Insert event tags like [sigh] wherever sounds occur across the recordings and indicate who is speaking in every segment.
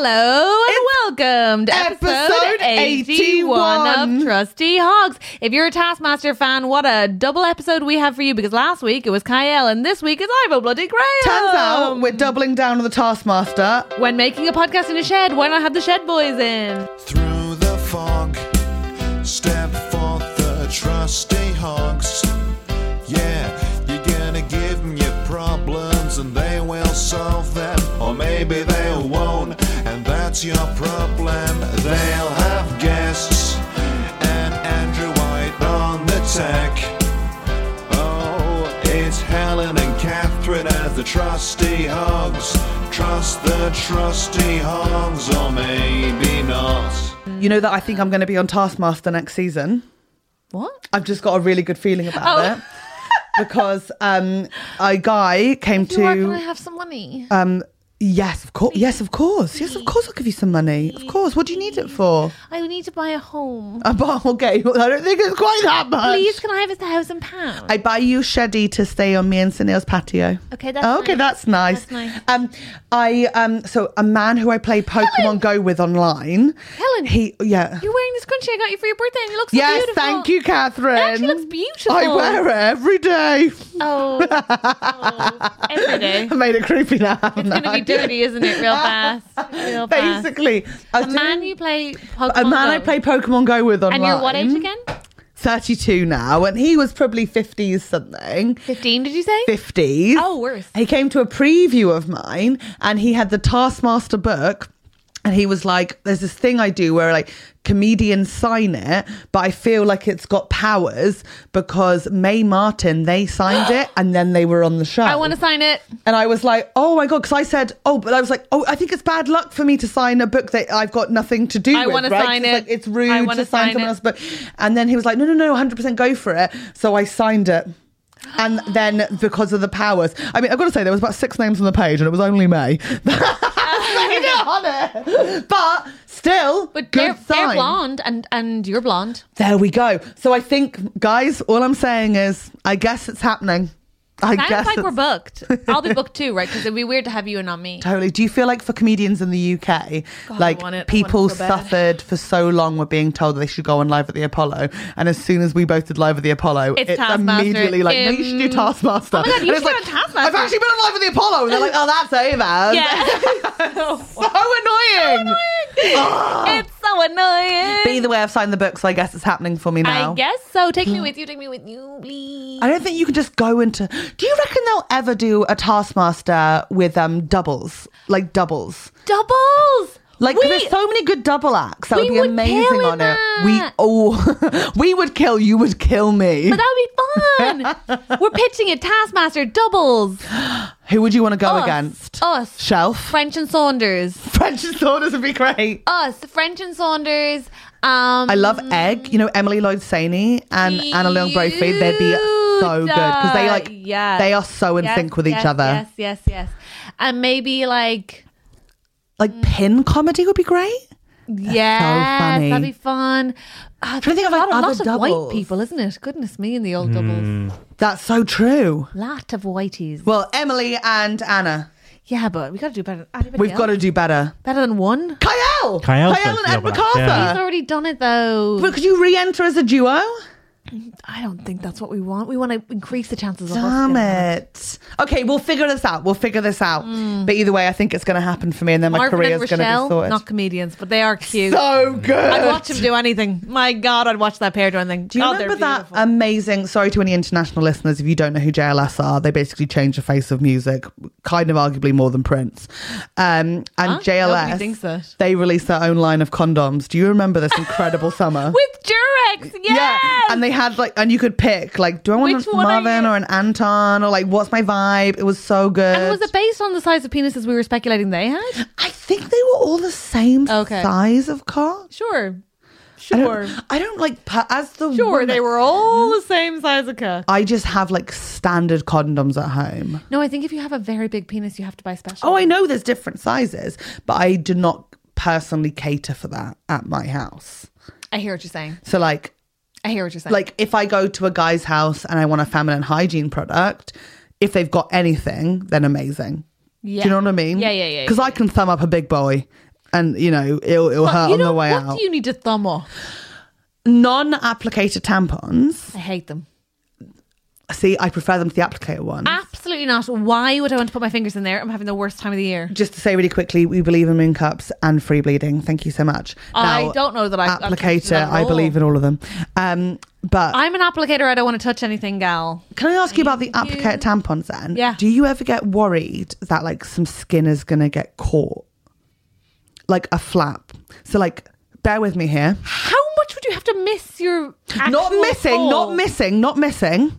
Speaker 1: Hello and welcome to episode,
Speaker 2: episode
Speaker 1: 81
Speaker 2: 81.
Speaker 1: of Trusty Hogs. If you're a Taskmaster fan, what a double episode we have for you because last week it was Kyle and this week it's Ivo Bloody Graham.
Speaker 2: Turns out we're doubling down on the Taskmaster.
Speaker 1: when making a podcast in a shed, why not have the shed boys in?
Speaker 3: Through the fog, step forth the trusty hogs. Yeah, you're gonna give 'em your problems and they will solve them. Or maybe they won't, and that's your problem. They'll have guests and Andrew White on the tech. Oh, it's Helen and Catherine as the trusty hogs. Trust the trusty hogs, or maybe not.
Speaker 2: You know that I think I'm going to be on Taskmaster next season.
Speaker 1: What?
Speaker 2: I've just got a really good feeling about
Speaker 1: Oh.
Speaker 2: it because um, a guy came
Speaker 1: Why can I
Speaker 2: to. Uh, um,
Speaker 1: have some money?
Speaker 2: Yes, of course. Yes, of course. Yes, of course. I'll give you some money. Of course. What do you need it for?
Speaker 1: I need to buy a home.
Speaker 2: A bar. Okay. I don't think it's quite that much.
Speaker 1: Please, can I have a thousand pounds?
Speaker 2: I buy you sheddy to stay on me and Sunil's patio. Oh,
Speaker 1: Okay, that's
Speaker 2: okay,
Speaker 1: nice.
Speaker 2: that's nice.
Speaker 1: That's nice.
Speaker 2: Um, I um, so a man who I play Pokemon
Speaker 1: Helen!
Speaker 2: Go with online.
Speaker 1: Helen!
Speaker 2: He yeah.
Speaker 1: You're wearing this scrunchie I got you for your birthday and it looks so
Speaker 2: yes,
Speaker 1: beautiful.
Speaker 2: thank you, Catherine.
Speaker 1: It actually looks beautiful.
Speaker 2: I wear it every day.
Speaker 1: Oh, oh. every
Speaker 2: [laughs]
Speaker 1: day.
Speaker 2: I made it creepy now.
Speaker 1: It's going to be dirty, isn't it? Real fast. Real fast.
Speaker 2: [laughs] Basically, I
Speaker 1: A
Speaker 2: do-
Speaker 1: man you play Pokemon
Speaker 2: a man I
Speaker 1: Go.
Speaker 2: play Pokemon Go with online.
Speaker 1: And you're what age again?
Speaker 2: 32 now, and he was probably 50s something.
Speaker 1: 15, did you say?
Speaker 2: 50s.
Speaker 1: Oh, worse.
Speaker 2: He came to a preview of mine and he had the Taskmaster book. And he was like, there's this thing I do where like comedians sign it, but I feel like it's got powers because Mae Martin,
Speaker 1: [gasps]
Speaker 2: they signed it and then they were on the show.
Speaker 1: I want to sign it.
Speaker 2: And I was like, oh my God. Cause I said, oh, but I was like, oh, I think it's bad luck for me to sign a book that I've got nothing to do
Speaker 1: I
Speaker 2: with.
Speaker 1: wanna
Speaker 2: right? 'Cause
Speaker 1: sign
Speaker 2: it's
Speaker 1: it.
Speaker 2: Like, it's
Speaker 1: I
Speaker 2: rude
Speaker 1: wanna
Speaker 2: to sign
Speaker 1: sign it.
Speaker 2: someone else's book. And then he was like, no, no, no, 100% go for it. So I signed it. And then because of the powers, I mean, I've got to say, there was about six names on the page and it was only [laughs] May. but still,
Speaker 1: But
Speaker 2: good
Speaker 1: they're,
Speaker 2: sign.
Speaker 1: they're blonde and, and you're blonde.
Speaker 2: There we go. So I think, guys, all I'm saying is, I guess it's happening. I
Speaker 1: Sounds
Speaker 2: guess
Speaker 1: like
Speaker 2: it's
Speaker 1: we're booked. I'll be booked too, right? Because it'd be weird to have you and not me.
Speaker 2: Totally. Do you feel like for comedians in the UK,
Speaker 1: I want it. I
Speaker 2: like
Speaker 1: want
Speaker 2: people
Speaker 1: it so bad.
Speaker 2: suffered for so long were being told that they should go on live at the Apollo, and as soon as we both did live at the Apollo,
Speaker 1: It's
Speaker 2: it's,
Speaker 1: Taskmaster.
Speaker 2: immediately like, no, you should do
Speaker 1: Um,
Speaker 2: Taskmaster.
Speaker 1: oh my God, you
Speaker 2: And it's
Speaker 1: should go
Speaker 2: like,
Speaker 1: on Taskmaster.
Speaker 2: I've actually been on live at the Apollo, and they're like, oh, that's over.
Speaker 1: Yeah.
Speaker 2: [laughs] So annoying. Ah.
Speaker 1: it's so annoying.
Speaker 2: But either way, I've signed the book, so I guess it's happening for me now.
Speaker 1: I guess so. Take me with you. Take me with you, please.
Speaker 2: I don't think you can just go into. Do you reckon they'll ever do a Taskmaster with um doubles, like doubles?
Speaker 1: Doubles.
Speaker 2: Like
Speaker 1: We-
Speaker 2: there's so many good double acts that
Speaker 1: we
Speaker 2: would be
Speaker 1: would kill
Speaker 2: amazing
Speaker 1: in
Speaker 2: on
Speaker 1: that.
Speaker 2: it. We oh [laughs] we would kill, you would kill me.
Speaker 1: but that would be
Speaker 2: [laughs]
Speaker 1: fun. We're pitching it Taskmaster doubles.
Speaker 2: Who would you want to go
Speaker 1: Us.
Speaker 2: against?
Speaker 1: Us.
Speaker 2: Shelf.
Speaker 1: French and Saunders.
Speaker 2: French and Saunders would be great.
Speaker 1: Us. French and Saunders. Um,
Speaker 2: I love Egg. You know Emily Lloyd Saney and Anna Leon Brophy. They'd be so good because they like
Speaker 1: Yeah.
Speaker 2: they are so in
Speaker 1: Yes,
Speaker 2: sync with
Speaker 1: yes,
Speaker 2: each other.
Speaker 1: Yes, yes, yes. And maybe like Mm.
Speaker 2: Like pin comedy would be great.
Speaker 1: yeah,
Speaker 2: funny.
Speaker 1: that'd be fun. Uh,
Speaker 2: Trying to think of, like,
Speaker 1: a lot,
Speaker 2: other
Speaker 1: lot of white
Speaker 2: doubles.
Speaker 1: people, isn't it? Goodness me, in the old doubles,
Speaker 2: That's so true.
Speaker 1: lot of whiteies.
Speaker 2: Well, Emily and Anna,
Speaker 1: Yeah, but we got to do better. Anybody
Speaker 2: we've
Speaker 1: else?
Speaker 2: got to do better.
Speaker 1: better than one.
Speaker 2: Kyle,
Speaker 4: Kyle's supposed
Speaker 2: Kyle and
Speaker 4: to
Speaker 2: Ed
Speaker 4: be double act,
Speaker 2: MacArthur.
Speaker 4: yeah.
Speaker 1: He's already done it though.
Speaker 2: But could you re-enter as a duo?
Speaker 1: I don't think that's what we want. We want to increase the chances of us.
Speaker 2: Damn
Speaker 1: getting it.
Speaker 2: it. Okay, we'll figure this out. We'll figure this out. But either way, I think it's going to happen for me, and then my
Speaker 1: Mm. Marvin
Speaker 2: career
Speaker 1: and
Speaker 2: is going to be
Speaker 1: Rochelle,
Speaker 2: sorted.
Speaker 1: not comedians, but they are cute.
Speaker 2: so good.
Speaker 1: I'd watch him do anything. My God, I'd watch that pair do anything.
Speaker 2: do you
Speaker 1: oh, they're
Speaker 2: remember that um,
Speaker 1: beautiful.
Speaker 2: amazing? Sorry to any international listeners if you don't know who JLS are. They basically changed the face of music, kind of arguably more than Prince. Um, and
Speaker 1: Huh? Nobody
Speaker 2: JLS,
Speaker 1: thinks that.
Speaker 2: they released their own line of condoms. Do you remember this
Speaker 1: [laughs]
Speaker 2: incredible summer?
Speaker 1: with Jurex? Yes.
Speaker 2: and they had like, and you could pick like, do I want
Speaker 1: Which
Speaker 2: a
Speaker 1: one are
Speaker 2: Marvin
Speaker 1: you-
Speaker 2: or an Anton or like, what's my vibe? It was so good.
Speaker 1: And was it based on the size of penises we were speculating they had?
Speaker 2: I think they were all the same
Speaker 1: Okay.
Speaker 2: size of cock.
Speaker 1: Sure.
Speaker 2: I
Speaker 1: Sure.
Speaker 2: don't, I don't like per- as the
Speaker 1: Sure,
Speaker 2: woman,
Speaker 1: they were all the same size of cock.
Speaker 2: I just have like standard condoms at home.
Speaker 1: No, I think if you have a very big penis, you have to buy special.
Speaker 2: Oh, I know there's different sizes, but I do not personally cater for that at my house.
Speaker 1: I hear what you're saying.
Speaker 2: So like
Speaker 1: I hear what you're saying.
Speaker 2: like if I go to a guy's house and I want a feminine hygiene product, if they've got anything, then amazing.
Speaker 1: yeah.
Speaker 2: Do you know what I mean?
Speaker 1: Yeah, yeah, yeah.
Speaker 2: Because I can thumb up a big boy and you know it'll it'll
Speaker 1: But
Speaker 2: hurt
Speaker 1: you
Speaker 2: on the
Speaker 1: don't-
Speaker 2: way
Speaker 1: what
Speaker 2: out.
Speaker 1: do you need to thumb off?
Speaker 2: Non-applicator tampons.
Speaker 1: I hate them.
Speaker 2: See, I prefer them to the applicator one.
Speaker 1: Absolutely not. Why would I want to put my fingers in there? I'm having the worst time of the year.
Speaker 2: Just to say really quickly, we believe in moon cups and free bleeding. Thank you so much.
Speaker 1: I
Speaker 2: Now,
Speaker 1: don't know that I- I-
Speaker 2: applicator.
Speaker 1: not at
Speaker 2: I believe in all of them. Um, but
Speaker 1: I'm an applicator. I don't want to touch anything, gal.
Speaker 2: Can I ask you about the
Speaker 1: Thank
Speaker 2: applicator
Speaker 1: you.
Speaker 2: tampons then?
Speaker 1: Yeah.
Speaker 2: Do you ever get worried that like some skin is gonna get caught? Like a flap. So like bear with me here.
Speaker 1: How much would you have to miss your
Speaker 2: not
Speaker 1: actual
Speaker 2: missing,
Speaker 1: hole?
Speaker 2: not missing, not missing.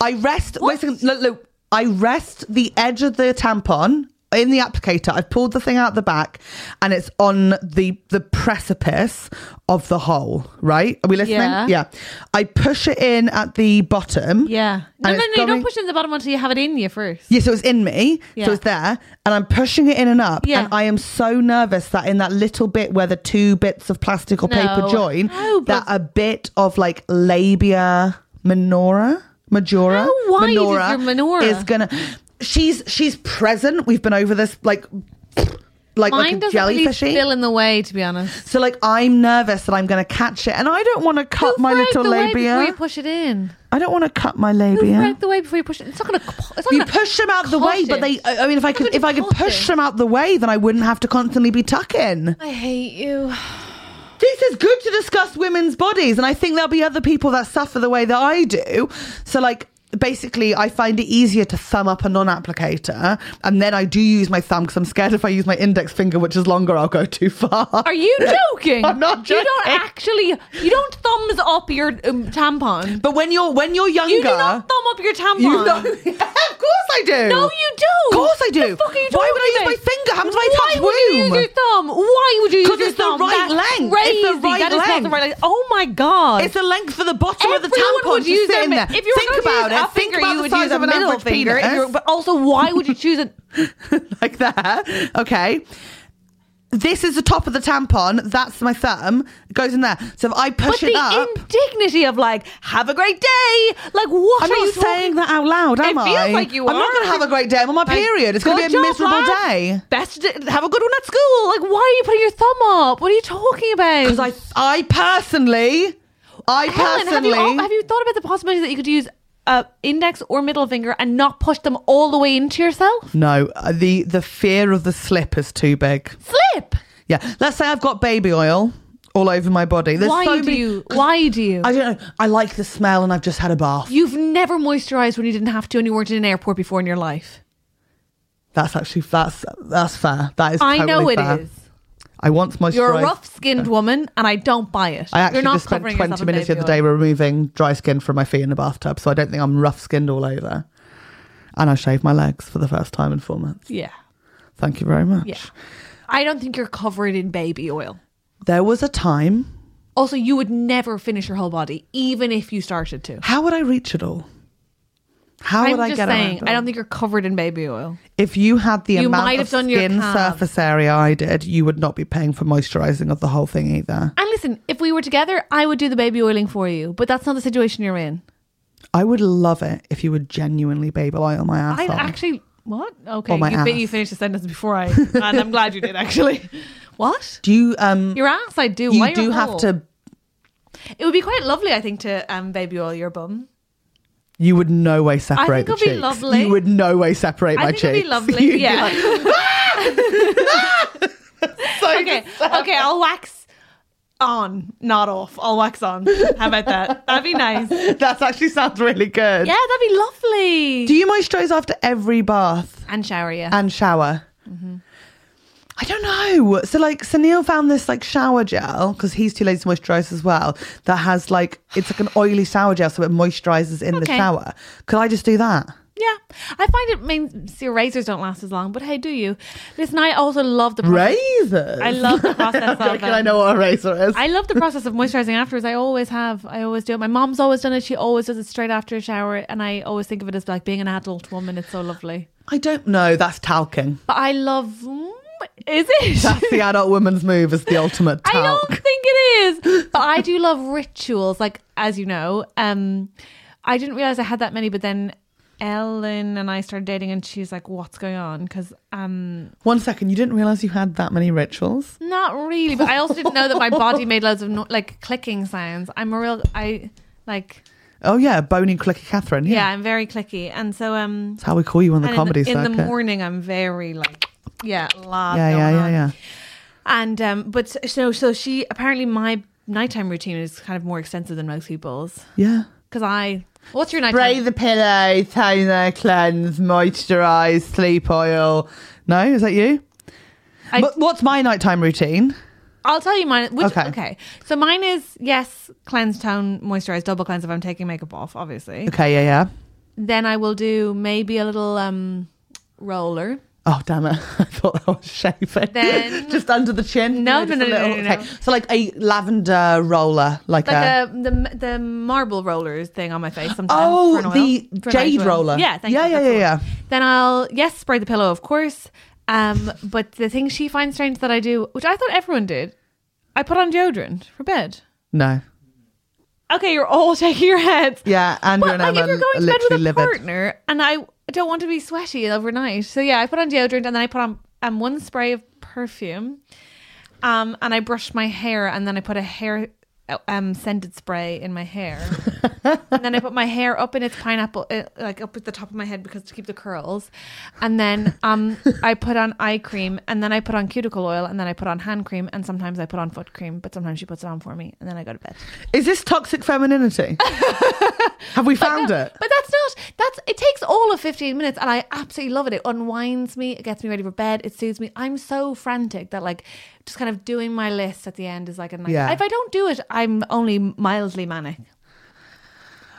Speaker 2: I rest wait a
Speaker 1: What?
Speaker 2: second, look, look, I rest the edge of the tampon in the applicator. I've pulled the thing out the back and it's on the the precipice of the hole, right? Are we listening?
Speaker 1: Yeah.
Speaker 2: I push it in at the bottom.
Speaker 1: Yeah. No, no,
Speaker 2: And
Speaker 1: no.
Speaker 2: it's
Speaker 1: You
Speaker 2: going-
Speaker 1: don't push it in the bottom until you have it in you first.
Speaker 2: Yeah, so it's in me,
Speaker 1: Yeah.
Speaker 2: so it's there, and I'm pushing it in and up,
Speaker 1: Yeah.
Speaker 2: and I am so nervous that in that little bit where the two bits of plastic or paper
Speaker 1: No.
Speaker 2: join,
Speaker 1: How,
Speaker 2: that
Speaker 1: but-
Speaker 2: a bit of like labia minora, majora,
Speaker 1: How wide is
Speaker 2: minora
Speaker 1: your minora?
Speaker 2: is gonna. She's she's present. We've been over this like like
Speaker 1: Mine
Speaker 2: like a
Speaker 1: doesn't really
Speaker 2: jellyfishy.
Speaker 1: fill in the way, to be honest.
Speaker 2: so like I'm nervous that I'm gonna catch it, and I don't want to cut
Speaker 1: Who
Speaker 2: my
Speaker 1: fragged
Speaker 2: little
Speaker 1: the way before you
Speaker 2: labia.
Speaker 1: push it in.
Speaker 2: I don't want to cut my
Speaker 1: Who
Speaker 2: labia.
Speaker 1: fragged the way before you push it? It's not going to. It's not
Speaker 2: you
Speaker 1: gonna
Speaker 2: push them out the way,
Speaker 1: cut
Speaker 2: but they.
Speaker 1: it.
Speaker 2: I I mean, if I
Speaker 1: It's not
Speaker 2: could, if I
Speaker 1: gonna
Speaker 2: could
Speaker 1: cut
Speaker 2: push
Speaker 1: it.
Speaker 2: them out the way, then I wouldn't have to constantly be tucking.
Speaker 1: I hate you.
Speaker 2: This is good to discuss women's bodies, and I think there'll be other people that suffer the way that I do. So, like, basically, I find it easier to thumb up a non-applicator, and then I do use my thumb because I'm scared if I use my index finger, which is longer, I'll go too far.
Speaker 1: Are
Speaker 2: [laughs]
Speaker 1: you joking?
Speaker 2: I'm not
Speaker 1: You don't
Speaker 2: joking.
Speaker 1: actually. You don't thumbs up your um, tampon.
Speaker 2: But when you're when you're younger,
Speaker 1: You do not thumb up your tampon.
Speaker 2: you know, [laughs] of course I do.
Speaker 1: No, you do.
Speaker 2: Of course I do.
Speaker 1: The fuck are you
Speaker 2: Why
Speaker 1: talking
Speaker 2: would I
Speaker 1: about?
Speaker 2: use my finger? How much I
Speaker 1: Why
Speaker 2: touch
Speaker 1: would you
Speaker 2: womb?
Speaker 1: use your thumb? Why would you use
Speaker 2: 'Cause
Speaker 1: your
Speaker 2: it's the
Speaker 1: thumb?
Speaker 2: right
Speaker 1: That's
Speaker 2: length.
Speaker 1: Crazy.
Speaker 2: It's the right
Speaker 1: That is not the
Speaker 2: length.
Speaker 1: right length. Oh my god.
Speaker 2: It's the length for the bottom of the
Speaker 1: Everyone
Speaker 2: tampon
Speaker 1: would
Speaker 2: to
Speaker 1: use
Speaker 2: sit in
Speaker 1: their-
Speaker 2: there.
Speaker 1: If you were
Speaker 2: Think
Speaker 1: going to use
Speaker 2: about it.
Speaker 1: a
Speaker 2: Think
Speaker 1: finger,
Speaker 2: about
Speaker 1: you
Speaker 2: the
Speaker 1: would
Speaker 2: size
Speaker 1: use a
Speaker 2: of an
Speaker 1: middle
Speaker 2: average
Speaker 1: finger. if you were-
Speaker 2: penis.
Speaker 1: But also, why would you choose it?
Speaker 2: like that. Okay. This is the top of the tampon. That's my thumb. It goes in there. So if I
Speaker 1: But
Speaker 2: [laughs] push
Speaker 1: the
Speaker 2: it up,
Speaker 1: indignity of like, have a great day. Like, what
Speaker 2: I'm
Speaker 1: are you
Speaker 2: not saying that out loud, am
Speaker 1: It
Speaker 2: I?
Speaker 1: feels like you
Speaker 2: I'm not
Speaker 1: are.
Speaker 2: going to have a great day. I'm on my period. It's going to be a miserable day.
Speaker 1: Best d- have a good one at school. Like, why are you putting your thumb up? What are you talking about?
Speaker 2: Because I, I personally, I
Speaker 1: Helen, have you,
Speaker 2: personally,
Speaker 1: al- have you thought about the possibility that you could use uh, index or middle finger and not push them all the way into yourself?
Speaker 2: no. uh, The the fear of the slip is too big.
Speaker 1: Slip.
Speaker 2: Yeah. Let's say I've got baby oil all over my body. There's
Speaker 1: why
Speaker 2: so
Speaker 1: do
Speaker 2: many-
Speaker 1: you? Why do you?
Speaker 2: I don't know. I like the smell, and I've just had a bath.
Speaker 1: You've never moisturized when you didn't have to, and you weren't in an airport before in your life.
Speaker 2: That's actually that's that's fair. That is.
Speaker 1: I know
Speaker 2: totally
Speaker 1: it
Speaker 2: fair.
Speaker 1: is.
Speaker 2: I once moisturised.
Speaker 1: You're a rough-skinned woman, and I don't buy it.
Speaker 2: I actually
Speaker 1: You're not
Speaker 2: just spent
Speaker 1: covering yourself
Speaker 2: 20
Speaker 1: in
Speaker 2: minutes the
Speaker 1: baby
Speaker 2: other day
Speaker 1: oil.
Speaker 2: removing dry skin from my feet in the bathtub, so I don't think I'm rough skinned all over. And I shaved my legs for the first time in four months.
Speaker 1: Yeah,
Speaker 2: Thank you very much.
Speaker 1: yeah. I don't think you're covered in baby oil.
Speaker 2: There was a time.
Speaker 1: Also, you would never finish your whole body, even if you started to.
Speaker 2: How would I reach it all? How
Speaker 1: I'm
Speaker 2: would I
Speaker 1: just
Speaker 2: get
Speaker 1: saying,
Speaker 2: around?
Speaker 1: I
Speaker 2: it
Speaker 1: don't
Speaker 2: all?
Speaker 1: think you're covered in baby oil.
Speaker 2: if you had the
Speaker 1: You
Speaker 2: amount
Speaker 1: might have
Speaker 2: of
Speaker 1: done your
Speaker 2: skin
Speaker 1: calves.
Speaker 2: surface area I did, you would not be paying for moisturising of the whole thing either.
Speaker 1: And listen, if we were together, I would do the baby oiling for you, but that's not the situation you're in.
Speaker 2: I would love it if you would genuinely baby oil my ass.
Speaker 1: I actually what? Okay,
Speaker 2: Or my
Speaker 1: you, fi-
Speaker 2: ass.
Speaker 1: you finished the sentence before I, and I'm glad you did actually. [laughs] What?
Speaker 2: do you um
Speaker 1: Your ass, I do. Why
Speaker 2: you
Speaker 1: your
Speaker 2: do have
Speaker 1: hole?
Speaker 2: to
Speaker 1: It would be quite lovely, I think, to um, baby oil your bum.
Speaker 2: You would no way separate
Speaker 1: think it'll
Speaker 2: the
Speaker 1: be
Speaker 2: cheeks.
Speaker 1: lovely.
Speaker 2: You would no way separate
Speaker 1: I
Speaker 2: my
Speaker 1: think
Speaker 2: cheeks. [laughs]
Speaker 1: it'd be lovely.
Speaker 2: You'd
Speaker 1: yeah. [laughs]
Speaker 2: Be like,
Speaker 1: okay. Okay. I'll wax on, not off. I'll wax on. How about that? That'd be
Speaker 2: [laughs]
Speaker 1: nice. Yeah,
Speaker 2: That actually sounds really good.
Speaker 1: that'd be lovely.
Speaker 2: Do you moisturize after every bath
Speaker 1: and shower, yeah.
Speaker 2: and shower? Mm-hmm. I don't know. So like, Sunil found this like shower gel because he's too lazy to moisturize as well. That has like it's like an oily shower gel, so it moisturizes in the
Speaker 1: Okay.
Speaker 2: shower. Could I just do that?
Speaker 1: yeah, I find it. I mean, see, razors don't last as long, but hey, do you? Listen, I also love the process.
Speaker 2: Razors.
Speaker 1: I love the process of
Speaker 2: Can [laughs] I
Speaker 1: um,
Speaker 2: know what a razor is?
Speaker 1: I love the process of moisturizing afterwards. I always have. I always do it. My mom's always done it. She always does it straight after a shower, and I always think of it as like being an adult woman. It's so lovely.
Speaker 2: I don't know. That's talking.
Speaker 1: But I love. mm, Is it?
Speaker 2: That's the adult woman's move. Is the ultimate talc.
Speaker 1: I don't think it is. But I do love rituals. Like as you know, um, I didn't realize I had that many. But then Ellen and I started dating, and she's like, "What's going on?" Because um,
Speaker 2: One second, you didn't realize you had that many rituals.
Speaker 1: not really, but I also didn't know that my body made loads of no- like clicking sounds. I'm a real, I like,
Speaker 2: Oh yeah, bony clicky Catherine.
Speaker 1: yeah,
Speaker 2: Yeah.
Speaker 1: I'm very clicky, and so um,
Speaker 2: That's how we call you on the
Speaker 1: and
Speaker 2: comedy
Speaker 1: in, the-
Speaker 2: circuit.
Speaker 1: in the morning, I'm very like, yeah, loud.
Speaker 2: yeah, yeah, yeah, yeah.
Speaker 1: And um, but so so she apparently my nighttime routine is kind of more extensive than most people's
Speaker 2: Yeah.
Speaker 1: because I. What's your nighttime?
Speaker 2: Spray the pillow, toner, cleanse, moisturize, sleep oil. No, is that you?
Speaker 1: I-
Speaker 2: But what's my nighttime routine?
Speaker 1: I'll tell you mine. Which, okay.
Speaker 2: Okay.
Speaker 1: So mine is yes, cleanse tone, moisturize, double cleanse if I'm taking makeup off, obviously.
Speaker 2: Okay, yeah, yeah.
Speaker 1: Then I will do maybe a little um roller.
Speaker 2: Oh damn it! [laughs] I thought that was shaving.
Speaker 1: Then-
Speaker 2: [laughs] just under the chin.
Speaker 1: No,
Speaker 2: Just
Speaker 1: no,
Speaker 2: a
Speaker 1: no, no,
Speaker 2: little-
Speaker 1: no, no.
Speaker 2: So like a lavender roller, like,
Speaker 1: Like
Speaker 2: a,
Speaker 1: uh the the marble rollers thing on my face sometimes.
Speaker 2: Oh,
Speaker 1: for an oil-
Speaker 2: the
Speaker 1: for an
Speaker 2: jade
Speaker 1: oil.
Speaker 2: roller.
Speaker 1: Yeah, thank
Speaker 2: Yeah,
Speaker 1: you,
Speaker 2: yeah,
Speaker 1: that's
Speaker 2: yeah,
Speaker 1: the one. Then I'll yes spray the pillow, of course. Um, but the thing she finds strange that I do, which I thought everyone did, I put on deodorant for bed.
Speaker 2: no.
Speaker 1: Okay, you're all [laughs] shaking your heads.
Speaker 2: Yeah, Andrew
Speaker 1: But
Speaker 2: and
Speaker 1: like
Speaker 2: Emma
Speaker 1: if you're
Speaker 2: are
Speaker 1: going to bed with
Speaker 2: literally
Speaker 1: a
Speaker 2: livid.
Speaker 1: partner, and I don't want to be sweaty overnight, so yeah, I put on deodorant and then I put on um, one spray of perfume, um, and I brushed my hair, and then I put a hair uh, um scented spray in my
Speaker 2: [laughs]
Speaker 1: hair, and then I put my hair up in its pineapple, uh, like up at the top of my head because to keep the curls, and then um I put on eye cream, and then I put on cuticle oil, and then I put on hand cream, and sometimes I put on foot cream, but sometimes she puts it on for me, and then I go to bed.
Speaker 2: Is this
Speaker 1: [laughs]
Speaker 2: toxic femininity? Have we found
Speaker 1: No,
Speaker 2: it?
Speaker 1: But that's not that's it takes all of 15 minutes and I absolutely love it. It unwinds me, it gets me ready for bed, it soothes me. I'm so frantic that like just kind of doing my list at the end is like a nice
Speaker 2: Yeah.
Speaker 1: if I don't do it, I'm only mildly manic.